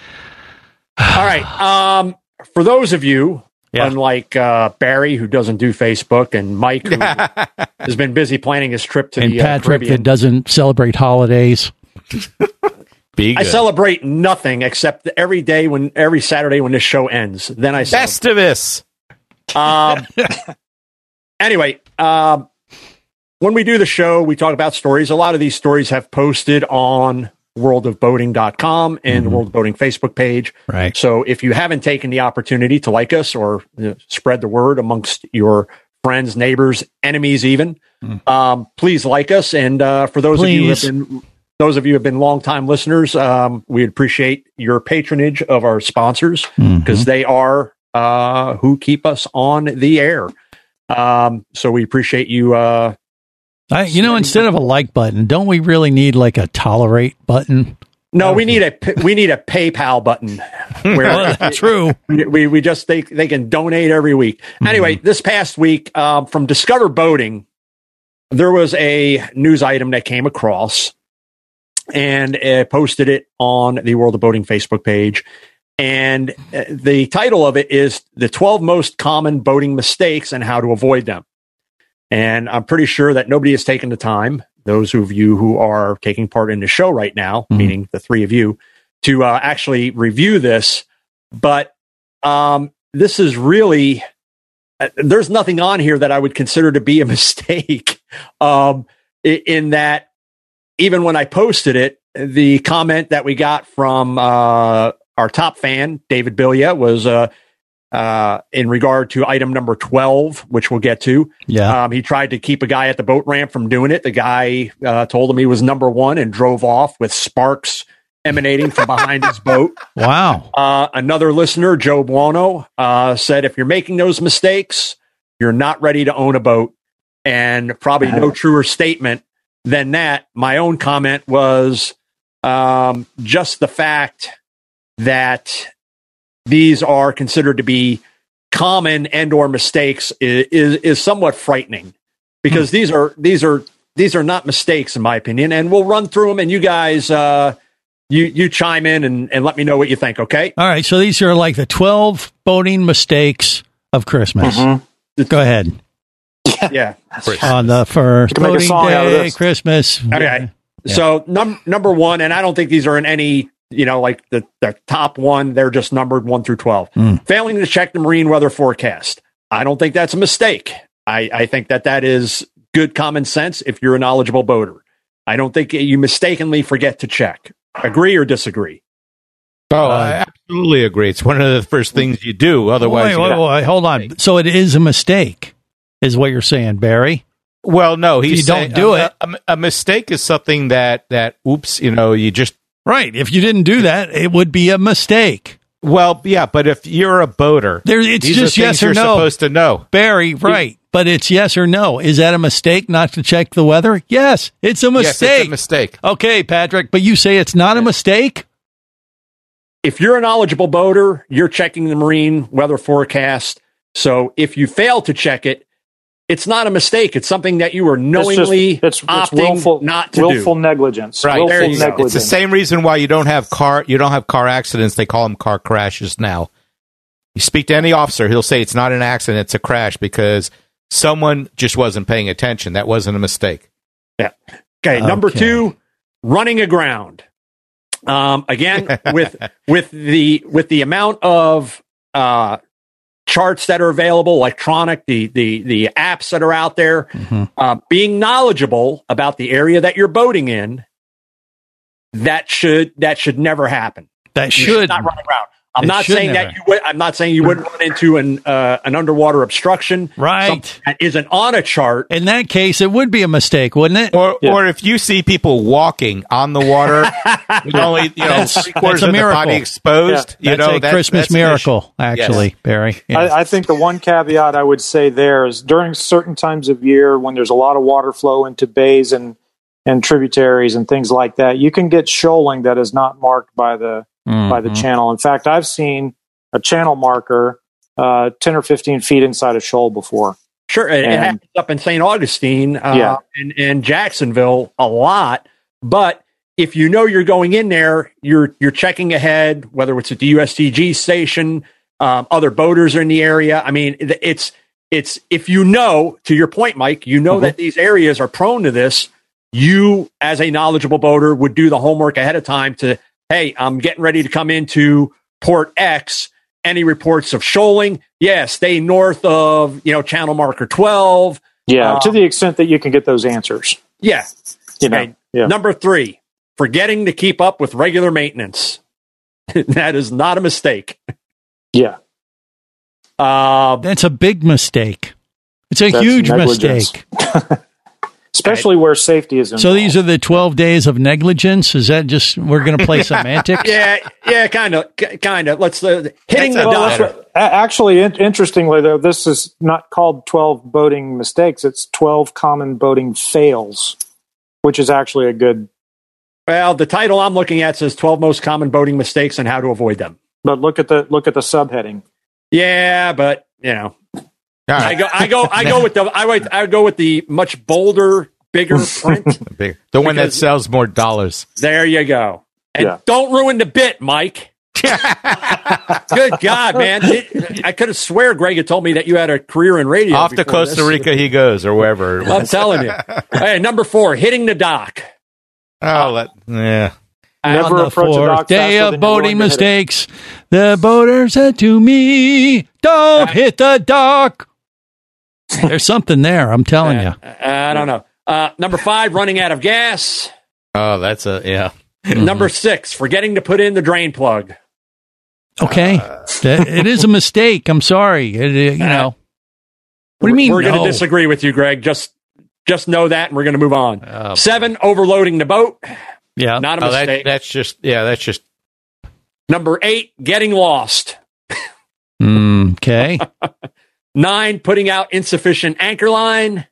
Speaker 2: All right. Um, for those of you, unlike uh, Barry, who doesn't do Facebook, and
Speaker 1: (laughs)
Speaker 2: Mike, who has been busy planning his trip to
Speaker 1: and
Speaker 2: the uh,
Speaker 1: Patrick
Speaker 2: Caribbean,
Speaker 1: that doesn't celebrate holidays.
Speaker 2: I celebrate nothing except every day when every Saturday when this show ends. Then I
Speaker 4: Festivus.
Speaker 2: Um, anyway, um, when we do the show, we talk about stories. A lot of these stories have posted on worldofboating.com and the World of Boating Facebook page.
Speaker 1: Right.
Speaker 2: So if you haven't taken the opportunity to like us or you know, spread the word amongst your friends, neighbors, enemies, even, um, please like us. And uh, for those
Speaker 1: Please.
Speaker 2: of you who have been those of you who have been longtime listeners, um, we appreciate your patronage of our sponsors
Speaker 1: Mm-hmm.
Speaker 2: because they are uh, who keep us on the air. Um, so we appreciate you. Uh,
Speaker 1: I, you know, instead of a like button, don't we really need like a tolerate button?
Speaker 2: no,
Speaker 1: Oh.
Speaker 2: we need a p- we need a
Speaker 1: (laughs)
Speaker 2: PayPal button.
Speaker 1: Well, that's true.
Speaker 2: We we just they they can donate every week. Anyway, this past week um, from Discover Boating, there was a news item that came across, and uh, posted it on the World of Boating Facebook page. And uh, the title of it is the 12 most common boating mistakes and how to avoid them. And I'm pretty sure that nobody has taken the time, those of you who are taking part in the show right now, meaning the three of you, to uh, actually review this. But um, this is really, uh, there's nothing on here that I would consider to be a (laughs) mistake um, i- in that even when I posted it, the comment that we got from uh, our top fan, David Bilia, was uh, uh, in regard to item number 12, which we'll get to.
Speaker 1: Yeah.
Speaker 2: Um, he tried to keep a guy at the boat ramp from doing it. The guy uh, told him he was number one and drove off with sparks emanating from behind his boat.
Speaker 1: Wow.
Speaker 2: Uh, another listener, Joe Buono, uh, said, if you're making those mistakes, you're not ready to own a boat. And probably no truer statement than that. My own comment was um, just the fact that these are considered to be common and or mistakes i- is is somewhat frightening because these are these are these are not mistakes in my opinion and we'll run through them and you guys uh you you chime in and, and let me know what you think okay
Speaker 1: All right. So these are like the 12 boating mistakes of Christmas. Go ahead.
Speaker 2: yeah
Speaker 1: On the first
Speaker 2: You can make a
Speaker 1: boating
Speaker 2: song out of
Speaker 1: day,
Speaker 2: this.
Speaker 1: Christmas.
Speaker 2: Okay. So num- number one, and I don't think these are in any, you know, like the, the top one. They're just numbered one through 12. Failing to check the marine weather forecast. I don't think that's a mistake. I, I think that that is good common sense if you're a knowledgeable boater. I don't think you mistakenly forget to check. Agree or disagree?
Speaker 4: Oh, I absolutely agree. It's one of the first things you do. Otherwise,
Speaker 1: Wait, wait, wait, oh, hold on. So it is a mistake, is what you're saying, Barry.
Speaker 4: Well, no,
Speaker 1: If
Speaker 4: he's
Speaker 1: you don't
Speaker 4: saying-
Speaker 1: do
Speaker 4: a-
Speaker 1: it.
Speaker 4: A, a mistake is something that that oops, you know, you just
Speaker 1: Right. If you didn't do that, it would be a mistake.
Speaker 4: Well, yeah, but if you're a boater,
Speaker 1: There, it's
Speaker 4: these are
Speaker 1: just yes
Speaker 4: things
Speaker 1: or
Speaker 4: you're
Speaker 1: no.
Speaker 4: Supposed to know.
Speaker 1: Barry, right. But it's yes or no. Is that a mistake not to check the weather? Yes, it's a
Speaker 4: Yes, it's a
Speaker 1: mistake.
Speaker 4: mistake.
Speaker 1: Okay, Patrick, but you say it's not a mistake?
Speaker 2: if you're a knowledgeable boater, you're checking the marine weather forecast. So if you fail to check it, it's not a mistake. It's something that you are
Speaker 3: It's just-
Speaker 2: knowingly
Speaker 3: it's, it's
Speaker 2: opting
Speaker 3: willful,
Speaker 2: not to
Speaker 3: willful
Speaker 2: do.
Speaker 3: negligence.
Speaker 4: Right.
Speaker 3: Willful
Speaker 4: There you go.
Speaker 3: negligence.
Speaker 4: It's the same reason why you don't have car you don't have car accidents. They call them car crashes now. You speak to any officer, he'll say it's not an accident, it's a crash because someone just wasn't paying attention. That wasn't a mistake.
Speaker 2: Yeah. Okay. Number
Speaker 4: Okay.
Speaker 2: two, running aground. Um,
Speaker 1: (laughs)
Speaker 2: again, with with the with the amount of uh, charts that are available, electronic, the the the apps that are out there,
Speaker 1: Mm-hmm.
Speaker 2: uh, being knowledgeable about the area that you're boating in, that should that should never happen.
Speaker 1: That
Speaker 2: You
Speaker 1: should.
Speaker 2: not run aground. I'm
Speaker 1: It
Speaker 2: not
Speaker 1: should
Speaker 2: saying
Speaker 1: never.
Speaker 2: that you would. I'm not saying you wouldn't run into an uh, an underwater obstruction,
Speaker 1: Right.
Speaker 2: something That isn't on a chart.
Speaker 1: In that case, it would be a mistake, wouldn't it?
Speaker 4: Or or if you see people walking on
Speaker 1: (laughs)
Speaker 4: the water, with only you know
Speaker 1: That's-
Speaker 4: three quarters
Speaker 1: that's a
Speaker 4: of the
Speaker 1: miracle.
Speaker 4: body exposed,
Speaker 1: Yeah.
Speaker 4: you
Speaker 1: That's
Speaker 4: know
Speaker 1: a
Speaker 4: that-
Speaker 1: Christmas
Speaker 4: that's an
Speaker 1: miracle,
Speaker 4: issue.
Speaker 1: actually, Barry. Yeah.
Speaker 3: I, I think the one caveat I would say there is during certain times of year when there's a lot of water flow into bays and and tributaries and things like that, you can get shoaling that is not marked by the by the
Speaker 1: Mm-hmm.
Speaker 10: Mhm.
Speaker 3: channel. In fact, I've seen a channel marker uh, ten or fifteen feet inside a shoal before.
Speaker 2: Sure, it, it
Speaker 3: And-
Speaker 2: happens up in St. Augustine uh,
Speaker 3: Yeah.
Speaker 2: and, and Jacksonville a lot. But if you know you're going in there, you're you're checking ahead, whether it's at the USDG station, um, other boaters are in the area. I mean, it- it's it's if you know to your point, Mike, you know that these areas are prone to this. You, as a knowledgeable boater, would do the homework ahead of time to, hey, I'm getting ready to come into port X any reports of shoaling. Yeah, stay north of you know channel marker twelve.
Speaker 3: Yeah,
Speaker 2: Um,
Speaker 3: to the extent that you can get those answers.
Speaker 2: yeah.
Speaker 3: You know,
Speaker 2: Okay.
Speaker 3: yeah.
Speaker 2: Number three, forgetting to keep up with regular maintenance. (laughs) that is not a mistake.
Speaker 3: Yeah.
Speaker 2: Uh,
Speaker 1: that's a big mistake. It's a
Speaker 3: That's
Speaker 1: huge
Speaker 3: negligence.
Speaker 1: mistake.
Speaker 3: Especially where safety is involved.
Speaker 1: So these are the 12 days of negligence. Is that just, we're going to play semantics?
Speaker 2: yeah, yeah, kind of, kind of. Let's uh, hitting the
Speaker 3: Well, that's
Speaker 2: dial.
Speaker 3: what- a- actually, in- interestingly, though, this is not called 12 boating mistakes. It's 12 common boating fails, which is actually a good.
Speaker 2: Well, the title I'm looking at says 12 most common boating mistakes and how to avoid them.
Speaker 3: But look at the look at the subheading.
Speaker 2: Yeah, but you know, I go, I go, I go with the, I would, I go with the much bolder,
Speaker 3: (laughs)
Speaker 2: bigger print.
Speaker 4: Big- The one that
Speaker 2: Because-
Speaker 4: sells more dollars.
Speaker 2: There you go. And
Speaker 4: Yeah.
Speaker 2: don't ruin the bit, Mike.
Speaker 3: (laughs)
Speaker 2: Good God, man! It- I could have swear Greg had told me that you had a career in radio.
Speaker 4: Off to
Speaker 2: before
Speaker 4: Costa
Speaker 2: this.
Speaker 4: Rica he goes, or
Speaker 2: (laughs)
Speaker 4: wherever. it
Speaker 2: I'm
Speaker 4: was.
Speaker 2: telling you. Hey, number four, hitting the dock.
Speaker 4: Oh, let, yeah.
Speaker 1: On the fourth day of boating mistakes, the boater said to me, "Don't hit the
Speaker 2: (laughs)
Speaker 1: dock." There's something there. I'm telling you.
Speaker 2: Uh, I don't know. Uh, number five, running out of gas.
Speaker 4: Oh, that's a yeah. Mm-hmm.
Speaker 2: Number six, forgetting to put in the drain plug.
Speaker 1: Okay,
Speaker 2: Uh,
Speaker 1: That- it is a mistake. I'm sorry. It- it- you know. What do you mean?
Speaker 2: We're going
Speaker 1: no?
Speaker 2: to disagree with you, Greg. Just just know that, and we're going to move on. Seven, overloading the boat.
Speaker 1: Yeah,
Speaker 2: Not a
Speaker 4: Oh, that-
Speaker 2: mistake.
Speaker 4: that's just yeah. That's just
Speaker 2: Number eight, getting lost.
Speaker 1: Mm, okay.
Speaker 2: Nine, putting out insufficient anchor line.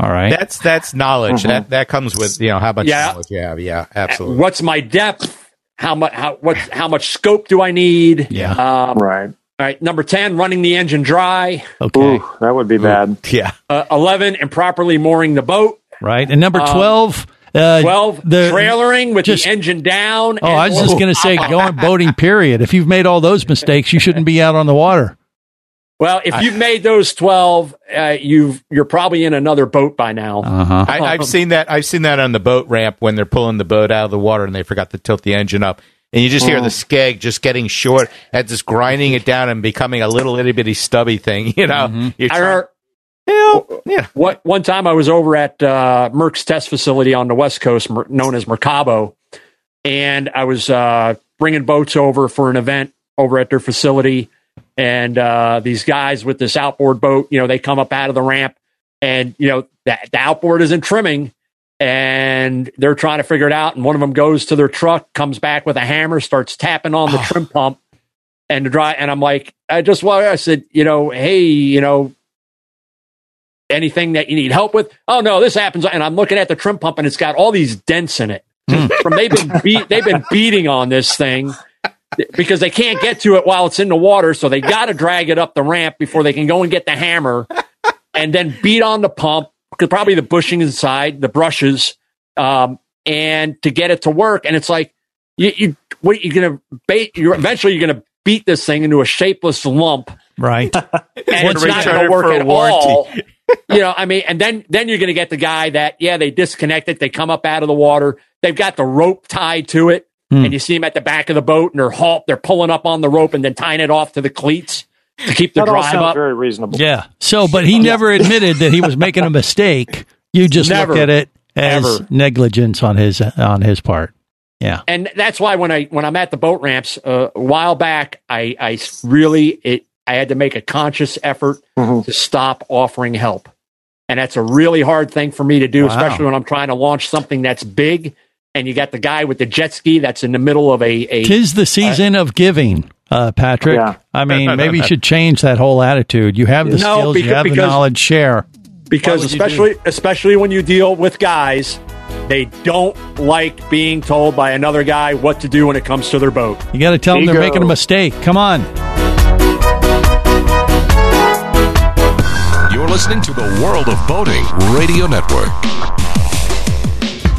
Speaker 1: All right.
Speaker 2: (laughs)
Speaker 4: That's that's knowledge.
Speaker 2: Mhm.
Speaker 4: That that comes with you know how much
Speaker 2: Yeah.
Speaker 4: knowledge you have. Yeah, absolutely.
Speaker 2: What's my depth? How much? How what? How much scope do I need?
Speaker 4: Yeah.
Speaker 2: Um,
Speaker 3: Right.
Speaker 2: All right. Number ten, running the engine dry.
Speaker 1: Okay.
Speaker 3: that would be
Speaker 1: Mm.
Speaker 3: bad.
Speaker 4: Yeah.
Speaker 2: Uh, Eleven, improperly mooring the boat.
Speaker 1: Right. And number
Speaker 2: Um,
Speaker 1: twelve. Uh,
Speaker 2: Twelve,
Speaker 1: the-
Speaker 2: trailering with
Speaker 1: just-
Speaker 2: the engine down.
Speaker 1: Oh, I was just going to say, going boating. Period. If you've made all those mistakes, you shouldn't be out on the water.
Speaker 2: Well, if you've made those twelve, uh, you've you're probably in another boat by now.
Speaker 1: Uh-huh.
Speaker 4: I, I've seen that. I've seen that on the boat ramp when they're pulling the boat out of the water and they forgot to tilt the engine up, and you just hear
Speaker 1: Oh.
Speaker 4: the
Speaker 2: Mm.
Speaker 4: skeg just getting short, at just grinding it down and becoming a little itty bitty stubby thing. (laughs) You know,
Speaker 1: Mm-hmm.
Speaker 4: You're
Speaker 2: I
Speaker 4: trying-
Speaker 2: remember,
Speaker 4: yeah.
Speaker 2: What one time I was over at uh, Merck's test facility on the West Coast, mer- known as Mercabo, and I was uh, bringing boats over for an event over at their facility. And uh, these guys with this outboard boat, you know, they come up out of the ramp, and you know that the outboard isn't trimming, and they're trying to figure it out. And one of them goes to their truck, comes back with a hammer, starts tapping on the trim pump, and to dry. And I'm like, I just want. I said, you know, hey, you know, anything that you need help with. Oh no, this happens. And I'm looking at the trim pump, and it's got all these dents in it. From they've been beat, they've been beating on this thing because they can't get to it while it's in the water, so they got to drag it up the ramp before they can go and get the hammer, and then beat on the pump because probably the bushing inside the brushes, um, and to get it to work. And it's like you, you what you're gonna bait. You're eventually you're gonna beat this thing into a shapeless lump
Speaker 1: Right.
Speaker 2: and it's not going to work at all. (laughs) you know, I mean, and then then you're going to get the guy that yeah, they disconnect it, they come up out of the water, they've got the rope tied to it,
Speaker 1: Hmm.
Speaker 2: and you see them at the back of the boat, and they're halt, they're pulling up on the rope and then tying it off to the cleats to keep the
Speaker 3: That all
Speaker 2: drive
Speaker 3: sounds
Speaker 2: up.
Speaker 3: very reasonable.
Speaker 1: Yeah. So, but he never admitted that he was making a mistake. You just
Speaker 2: Never.
Speaker 1: look at it as
Speaker 2: Ever.
Speaker 1: negligence on his on his part. Yeah.
Speaker 2: and that's why when I when I'm at the boat ramps uh, a while back, I I s- really it I had to make a conscious effort
Speaker 1: Mm-hmm.
Speaker 2: to stop offering help, and that's a really hard thing for me to do,
Speaker 1: Wow.
Speaker 2: especially when I'm trying to launch something that's big, and you got the guy with the jet ski that's in the middle of a a
Speaker 1: Tis the season of giving, uh, Patrick.
Speaker 2: Yeah.
Speaker 1: I
Speaker 2: (laughs)
Speaker 1: mean, maybe you should change that whole attitude. You have the
Speaker 2: No,
Speaker 1: skills, you
Speaker 2: becau-
Speaker 1: have the
Speaker 2: because-
Speaker 1: knowledge, share.
Speaker 2: because
Speaker 1: Why would you
Speaker 2: especially especially when you deal with guys, they don't like being told by another guy what to do when it comes to their boat.
Speaker 1: You got to tell them they're
Speaker 2: Ego.
Speaker 1: making a mistake. Come on.
Speaker 5: You're listening to the World of Boating Radio Network.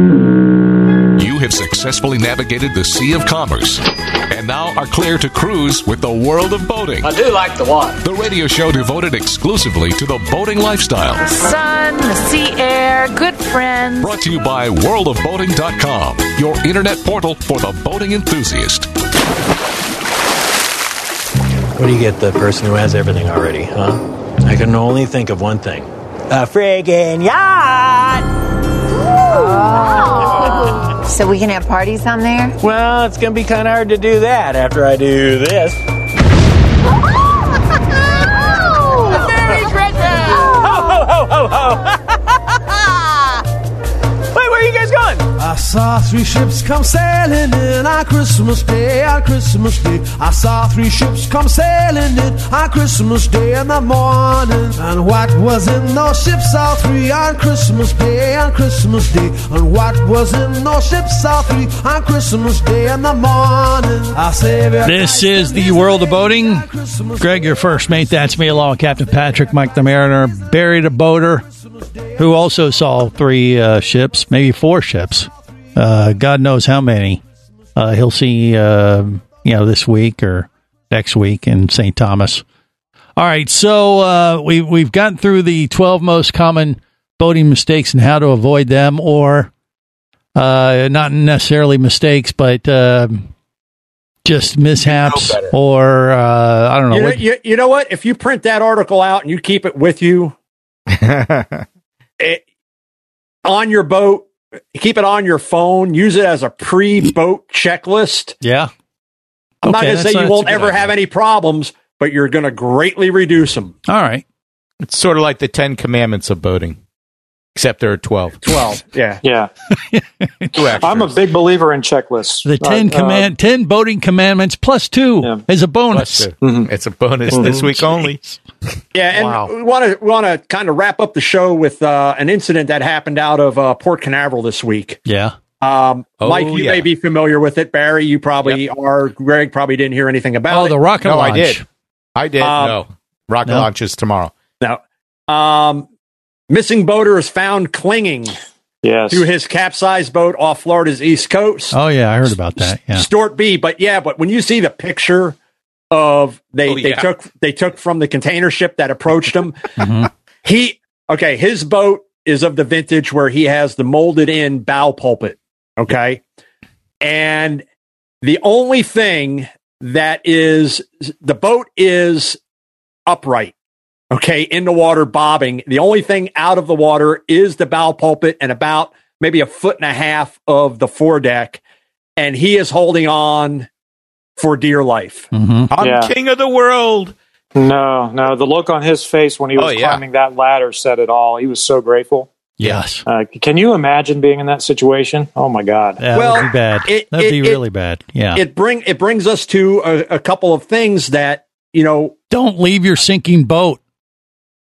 Speaker 5: You have successfully navigated the Sea of Commerce and now are clear to cruise with the World of Boating. I do like the water. The radio show devoted exclusively to the boating lifestyle.
Speaker 11: The sun, the sea air, good friends.
Speaker 5: Brought to you by worldofboating.com, your internet portal for the boating enthusiast.
Speaker 12: What do you get the person who has everything already, huh? I can only think of one thing. A friggin' yacht!
Speaker 13: So we can have parties on there?
Speaker 12: Well, it's gonna be kinda hard to do that after I do this.
Speaker 13: Merry
Speaker 12: Ho, ho, ho, ho! Wait, where are you guys going?
Speaker 14: I saw three ships come sailing in on Christmas Day, on Christmas Day. I saw three ships come sailing in on Christmas Day in the morning. And what was in those ships, all three on Christmas Day, on Christmas Day. And what was in those ships, all three on Christmas Day in the morning. I save it.
Speaker 1: This is the world of boating. Greg, your first mate. That's me, along with Captain Patrick, Mike the Mariner, Barry the boater, who also saw three uh, ships, maybe four ships. Uh, God knows how many uh, he'll see. Uh, you know, this week or next week in St. Thomas. All right, so uh, we we've gotten through the twelve most common boating mistakes and how to avoid them, or uh, not necessarily mistakes, but uh, just mishaps, or uh, I don't know.
Speaker 2: You know,
Speaker 1: what-
Speaker 2: you, you know what? If you print that article out and you keep it with you, it, on your boat, keep it on your phone, use it as a pre boat checklist.
Speaker 1: Yeah.
Speaker 2: I'm not
Speaker 1: Okay,
Speaker 2: going
Speaker 1: that's
Speaker 2: to say
Speaker 1: not-
Speaker 2: you
Speaker 1: that's
Speaker 2: won't
Speaker 1: a good
Speaker 2: ever
Speaker 1: idea.
Speaker 2: have any problems, but you're going to greatly reduce them.
Speaker 1: All right.
Speaker 4: It's sort of like the Ten Commandments of boating, except there are 12.
Speaker 2: 12. (laughs) Yeah.
Speaker 3: Yeah. I'm a big believer in checklists.
Speaker 1: The ten
Speaker 3: Uh, uh,
Speaker 1: command, ten boating commandments plus two is a bonus.
Speaker 4: It's a bonus
Speaker 1: Mhm.
Speaker 4: this week only.
Speaker 2: Yeah, and
Speaker 4: Wow.
Speaker 2: we want to want to kind of wrap up the show with uh, an incident that happened out of uh, Port Canaveral this week.
Speaker 1: Yeah.
Speaker 2: Um,
Speaker 4: Oh,
Speaker 2: Mike, you
Speaker 4: yeah.
Speaker 2: may be familiar with it. Barry, you probably are. Greg probably didn't hear anything
Speaker 1: Oh,
Speaker 2: about it.
Speaker 4: no, I did. I did.
Speaker 2: Um,
Speaker 4: no. Rocket
Speaker 2: no.
Speaker 4: launch is tomorrow.
Speaker 2: No. Um, missing boater is found clinging
Speaker 3: Yes.
Speaker 2: to his capsized boat off Florida's east coast.
Speaker 1: Oh yeah, I heard about that. Yeah.
Speaker 2: Stort B, but yeah, but when you see the picture of they
Speaker 4: Oh,
Speaker 2: they
Speaker 4: yeah.
Speaker 2: took they took from the container ship that approached him, he okay, his boat is of the vintage where he has the molded in bow pulpit, okay, and the only thing that is the boat is upright, okay, in the water bobbing. The only thing out of the water is the bow pulpit and about maybe a foot and a half of the foredeck. And he is holding on for dear life.
Speaker 1: Mm-hmm.
Speaker 4: I'm
Speaker 3: Yeah.
Speaker 4: king of the world.
Speaker 3: No, no. The look on his face when he was
Speaker 4: Oh, yeah.
Speaker 3: climbing that ladder said it all. He was so grateful.
Speaker 1: Yes.
Speaker 3: Uh, c- can you imagine being in that situation? Oh my God.
Speaker 1: That would be bad.
Speaker 2: it-
Speaker 1: That'd
Speaker 2: it-
Speaker 1: be
Speaker 2: it-
Speaker 1: really bad. Yeah.
Speaker 2: It bring it brings us to a, a couple of things that you know
Speaker 1: Don't leave your sinking boat.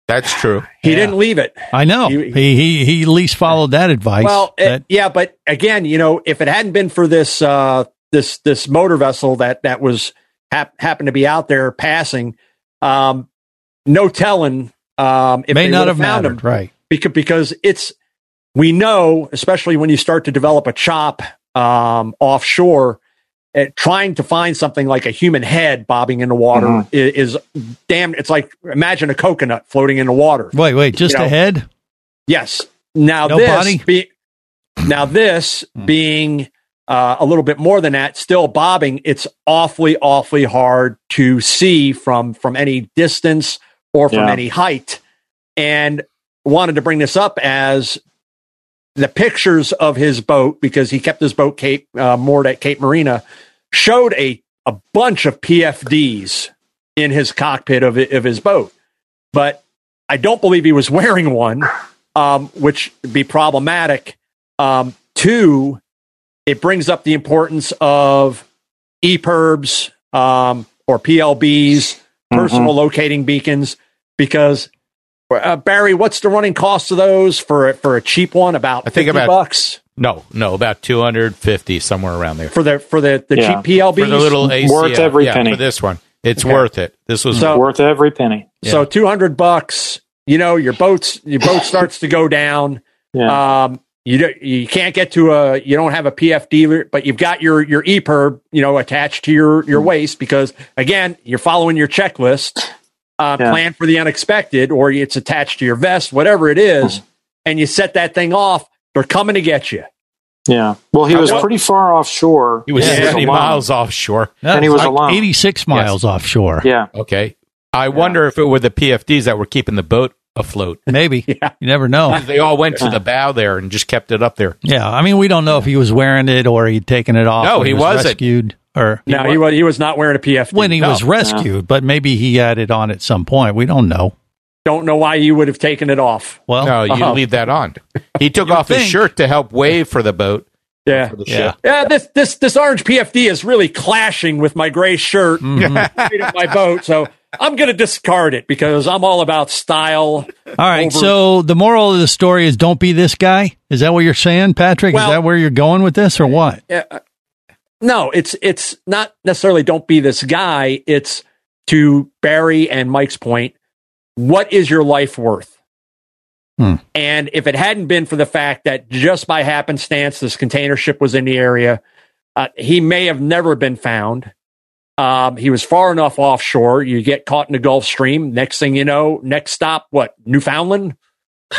Speaker 4: That's true.
Speaker 2: he didn't leave it.
Speaker 1: I know.
Speaker 2: You-
Speaker 1: he he he at least followed that advice.
Speaker 2: Well, it-
Speaker 1: That-
Speaker 2: yeah, but again, you know, if it hadn't been for this uh, this this motor vessel that that was hap- happened to be out there passing, um, no telling um, if
Speaker 1: may
Speaker 2: they
Speaker 1: not
Speaker 2: would
Speaker 1: have
Speaker 2: found
Speaker 1: mattered,
Speaker 2: him
Speaker 1: right?
Speaker 2: because because it's we know, especially when you start to develop a chop um, offshore, eh, trying to find something like a human head bobbing in the water
Speaker 3: Mhm.
Speaker 2: i- is, damn. It's like imagine a coconut floating in the water.
Speaker 1: Wait, wait, just
Speaker 2: You know,
Speaker 1: a head.
Speaker 2: Yes. Now
Speaker 1: No
Speaker 2: this
Speaker 1: body?
Speaker 2: be- now this being uh, a little bit more than that, still bobbing. It's awfully, awfully hard to see from from any distance or from
Speaker 3: Yeah.
Speaker 2: any height. And wanted to bring this up as the pictures of his boat because he kept his boat Cape uh, moored at Cape Marina showed a a bunch of PFDs in his cockpit of i- of his boat, but I don't believe he was (laughs) wearing one, um, which would be problematic. Um, two, it brings up the importance of EPIRBs um, or PLBs, personal locating beacons, because uh, Barry, what's the running cost of those for a- for a cheap one? About I
Speaker 4: think about-
Speaker 2: bucks
Speaker 4: No, no, about 250, somewhere around there.
Speaker 2: for the for the the
Speaker 3: Yeah.
Speaker 2: cheap PLBs
Speaker 4: For the little ACL.
Speaker 3: Worth every
Speaker 4: yeah,
Speaker 3: penny.
Speaker 4: For this one. It's
Speaker 2: Okay.
Speaker 4: worth it. This was
Speaker 2: So-
Speaker 3: Worth every penny.
Speaker 2: So two hundred bucks, you know, your boats your boat starts to go down.
Speaker 3: Yeah.
Speaker 2: Um, you don't, you can't get to a you don't have a PFD, but you've got your your EPIRB, you know, attached to your
Speaker 3: Hmm.
Speaker 2: your waist because again, you're following your checklist. Uh,
Speaker 3: Yeah.
Speaker 2: Plan for the unexpected, or it's attached to your vest, whatever it is,
Speaker 3: Hmm.
Speaker 2: and you set that thing off. They're coming to get you.
Speaker 3: yeah. Well, he was
Speaker 4: Well-
Speaker 3: pretty far offshore.
Speaker 4: He was
Speaker 3: Yeah.
Speaker 4: 70
Speaker 3: alone.
Speaker 4: miles offshore.
Speaker 3: And he was alone.
Speaker 1: Eighty-six miles offshore.
Speaker 3: Yeah.
Speaker 4: Okay. I wonder if it were the PFDs that were keeping the boat afloat.
Speaker 2: (laughs)
Speaker 1: Maybe you never know.
Speaker 4: They all went to the bow there and just kept it up there.
Speaker 1: Yeah, I mean, we don't know if he was wearing it or he'd taken it off.
Speaker 4: No,
Speaker 1: when
Speaker 4: he
Speaker 1: was
Speaker 4: wasn't.
Speaker 1: rescued or
Speaker 2: No, he was he was not wearing a PFD.
Speaker 1: when he
Speaker 4: No.
Speaker 1: was rescued, but maybe he had it on at some point. We don't know.
Speaker 2: Don't know why you would have taken it off.
Speaker 1: Well,
Speaker 4: No, you leave that on. He took off his
Speaker 1: think.
Speaker 4: shirt to help wave for the boat.
Speaker 2: Yeah,
Speaker 4: For the
Speaker 1: Yeah.
Speaker 4: ship.
Speaker 2: Yeah, this this this orange PFD is really clashing with my gray shirt (laughs) and my boat, so I'm going to discard it because I'm all about style.
Speaker 1: all right.
Speaker 2: over-
Speaker 1: So the moral of the story is don't be this guy. Is that what you're saying, Patrick?
Speaker 2: Well-
Speaker 1: is that where you're going with this, or what?
Speaker 2: Uh, No, it's it's not necessarily don't be this guy. It's to Barry and Mike's point. What is your life worth?
Speaker 1: Hmm.
Speaker 2: And if it hadn't been for the fact that just by happenstance this container ship was in the area, uh, he may have never been found. Um, he was far enough offshore. You get caught in the Gulf Stream. Next thing you know, next stop, what? Newfoundland,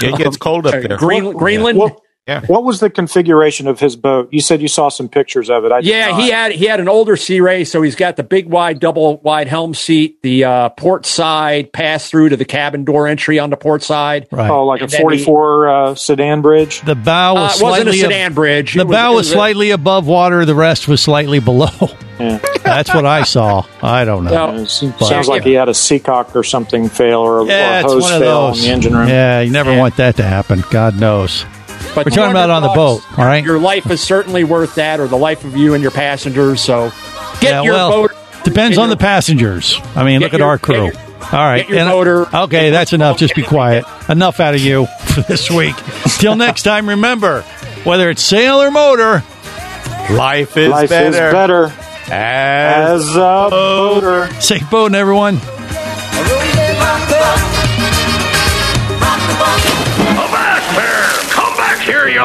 Speaker 4: It gets cold up
Speaker 2: Uh,
Speaker 4: there.
Speaker 2: Green, Greenland.
Speaker 3: Well,
Speaker 4: Yeah.
Speaker 3: What was the configuration of his boat? You said you saw some pictures of it. I did
Speaker 2: Yeah,
Speaker 3: not.
Speaker 2: he had he had an older Sea Ray, so he's got the big wide double wide helm seat, the uh, port side pass through to the cabin door entry on the port side.
Speaker 3: Oh, like a
Speaker 2: And then he-
Speaker 3: 44 uh, sedan bridge.
Speaker 1: The bow was
Speaker 2: Uh, it wasn't a
Speaker 1: slightly
Speaker 2: sedan bridge.
Speaker 1: The
Speaker 2: It was-
Speaker 1: bow
Speaker 2: it
Speaker 1: was,
Speaker 2: was a-
Speaker 1: slightly above water. The rest was slightly below. (laughs) That's what I saw. I don't know.
Speaker 3: Yeah, it
Speaker 1: But-
Speaker 3: sounds like he had a seacock or something fail or, a-
Speaker 1: yeah,
Speaker 3: or a
Speaker 1: it's
Speaker 3: hose
Speaker 1: one of
Speaker 3: fail in
Speaker 1: those.
Speaker 3: the engine room.
Speaker 1: Yeah, you never want that to happen. God knows. We're talking about on the boat,
Speaker 2: $200,
Speaker 1: all right?
Speaker 2: Your life is certainly worth that, or the life of you and your passengers. So get
Speaker 1: yeah,
Speaker 2: your
Speaker 1: well,
Speaker 2: boat.
Speaker 1: depends
Speaker 2: get
Speaker 1: on the
Speaker 2: your-
Speaker 1: passengers. I mean,
Speaker 2: get
Speaker 1: look at
Speaker 2: your-
Speaker 1: our crew.
Speaker 2: get
Speaker 1: All right,
Speaker 2: get your
Speaker 1: and- uh, okay, that's enough. Just be quiet. Enough out of you for this week. Till next time, remember whether it's sail or motor,
Speaker 4: life is
Speaker 3: Life
Speaker 4: better.
Speaker 3: is better
Speaker 4: As,
Speaker 3: as a motor.
Speaker 1: Safe boating, everyone.
Speaker 5: Come back here, you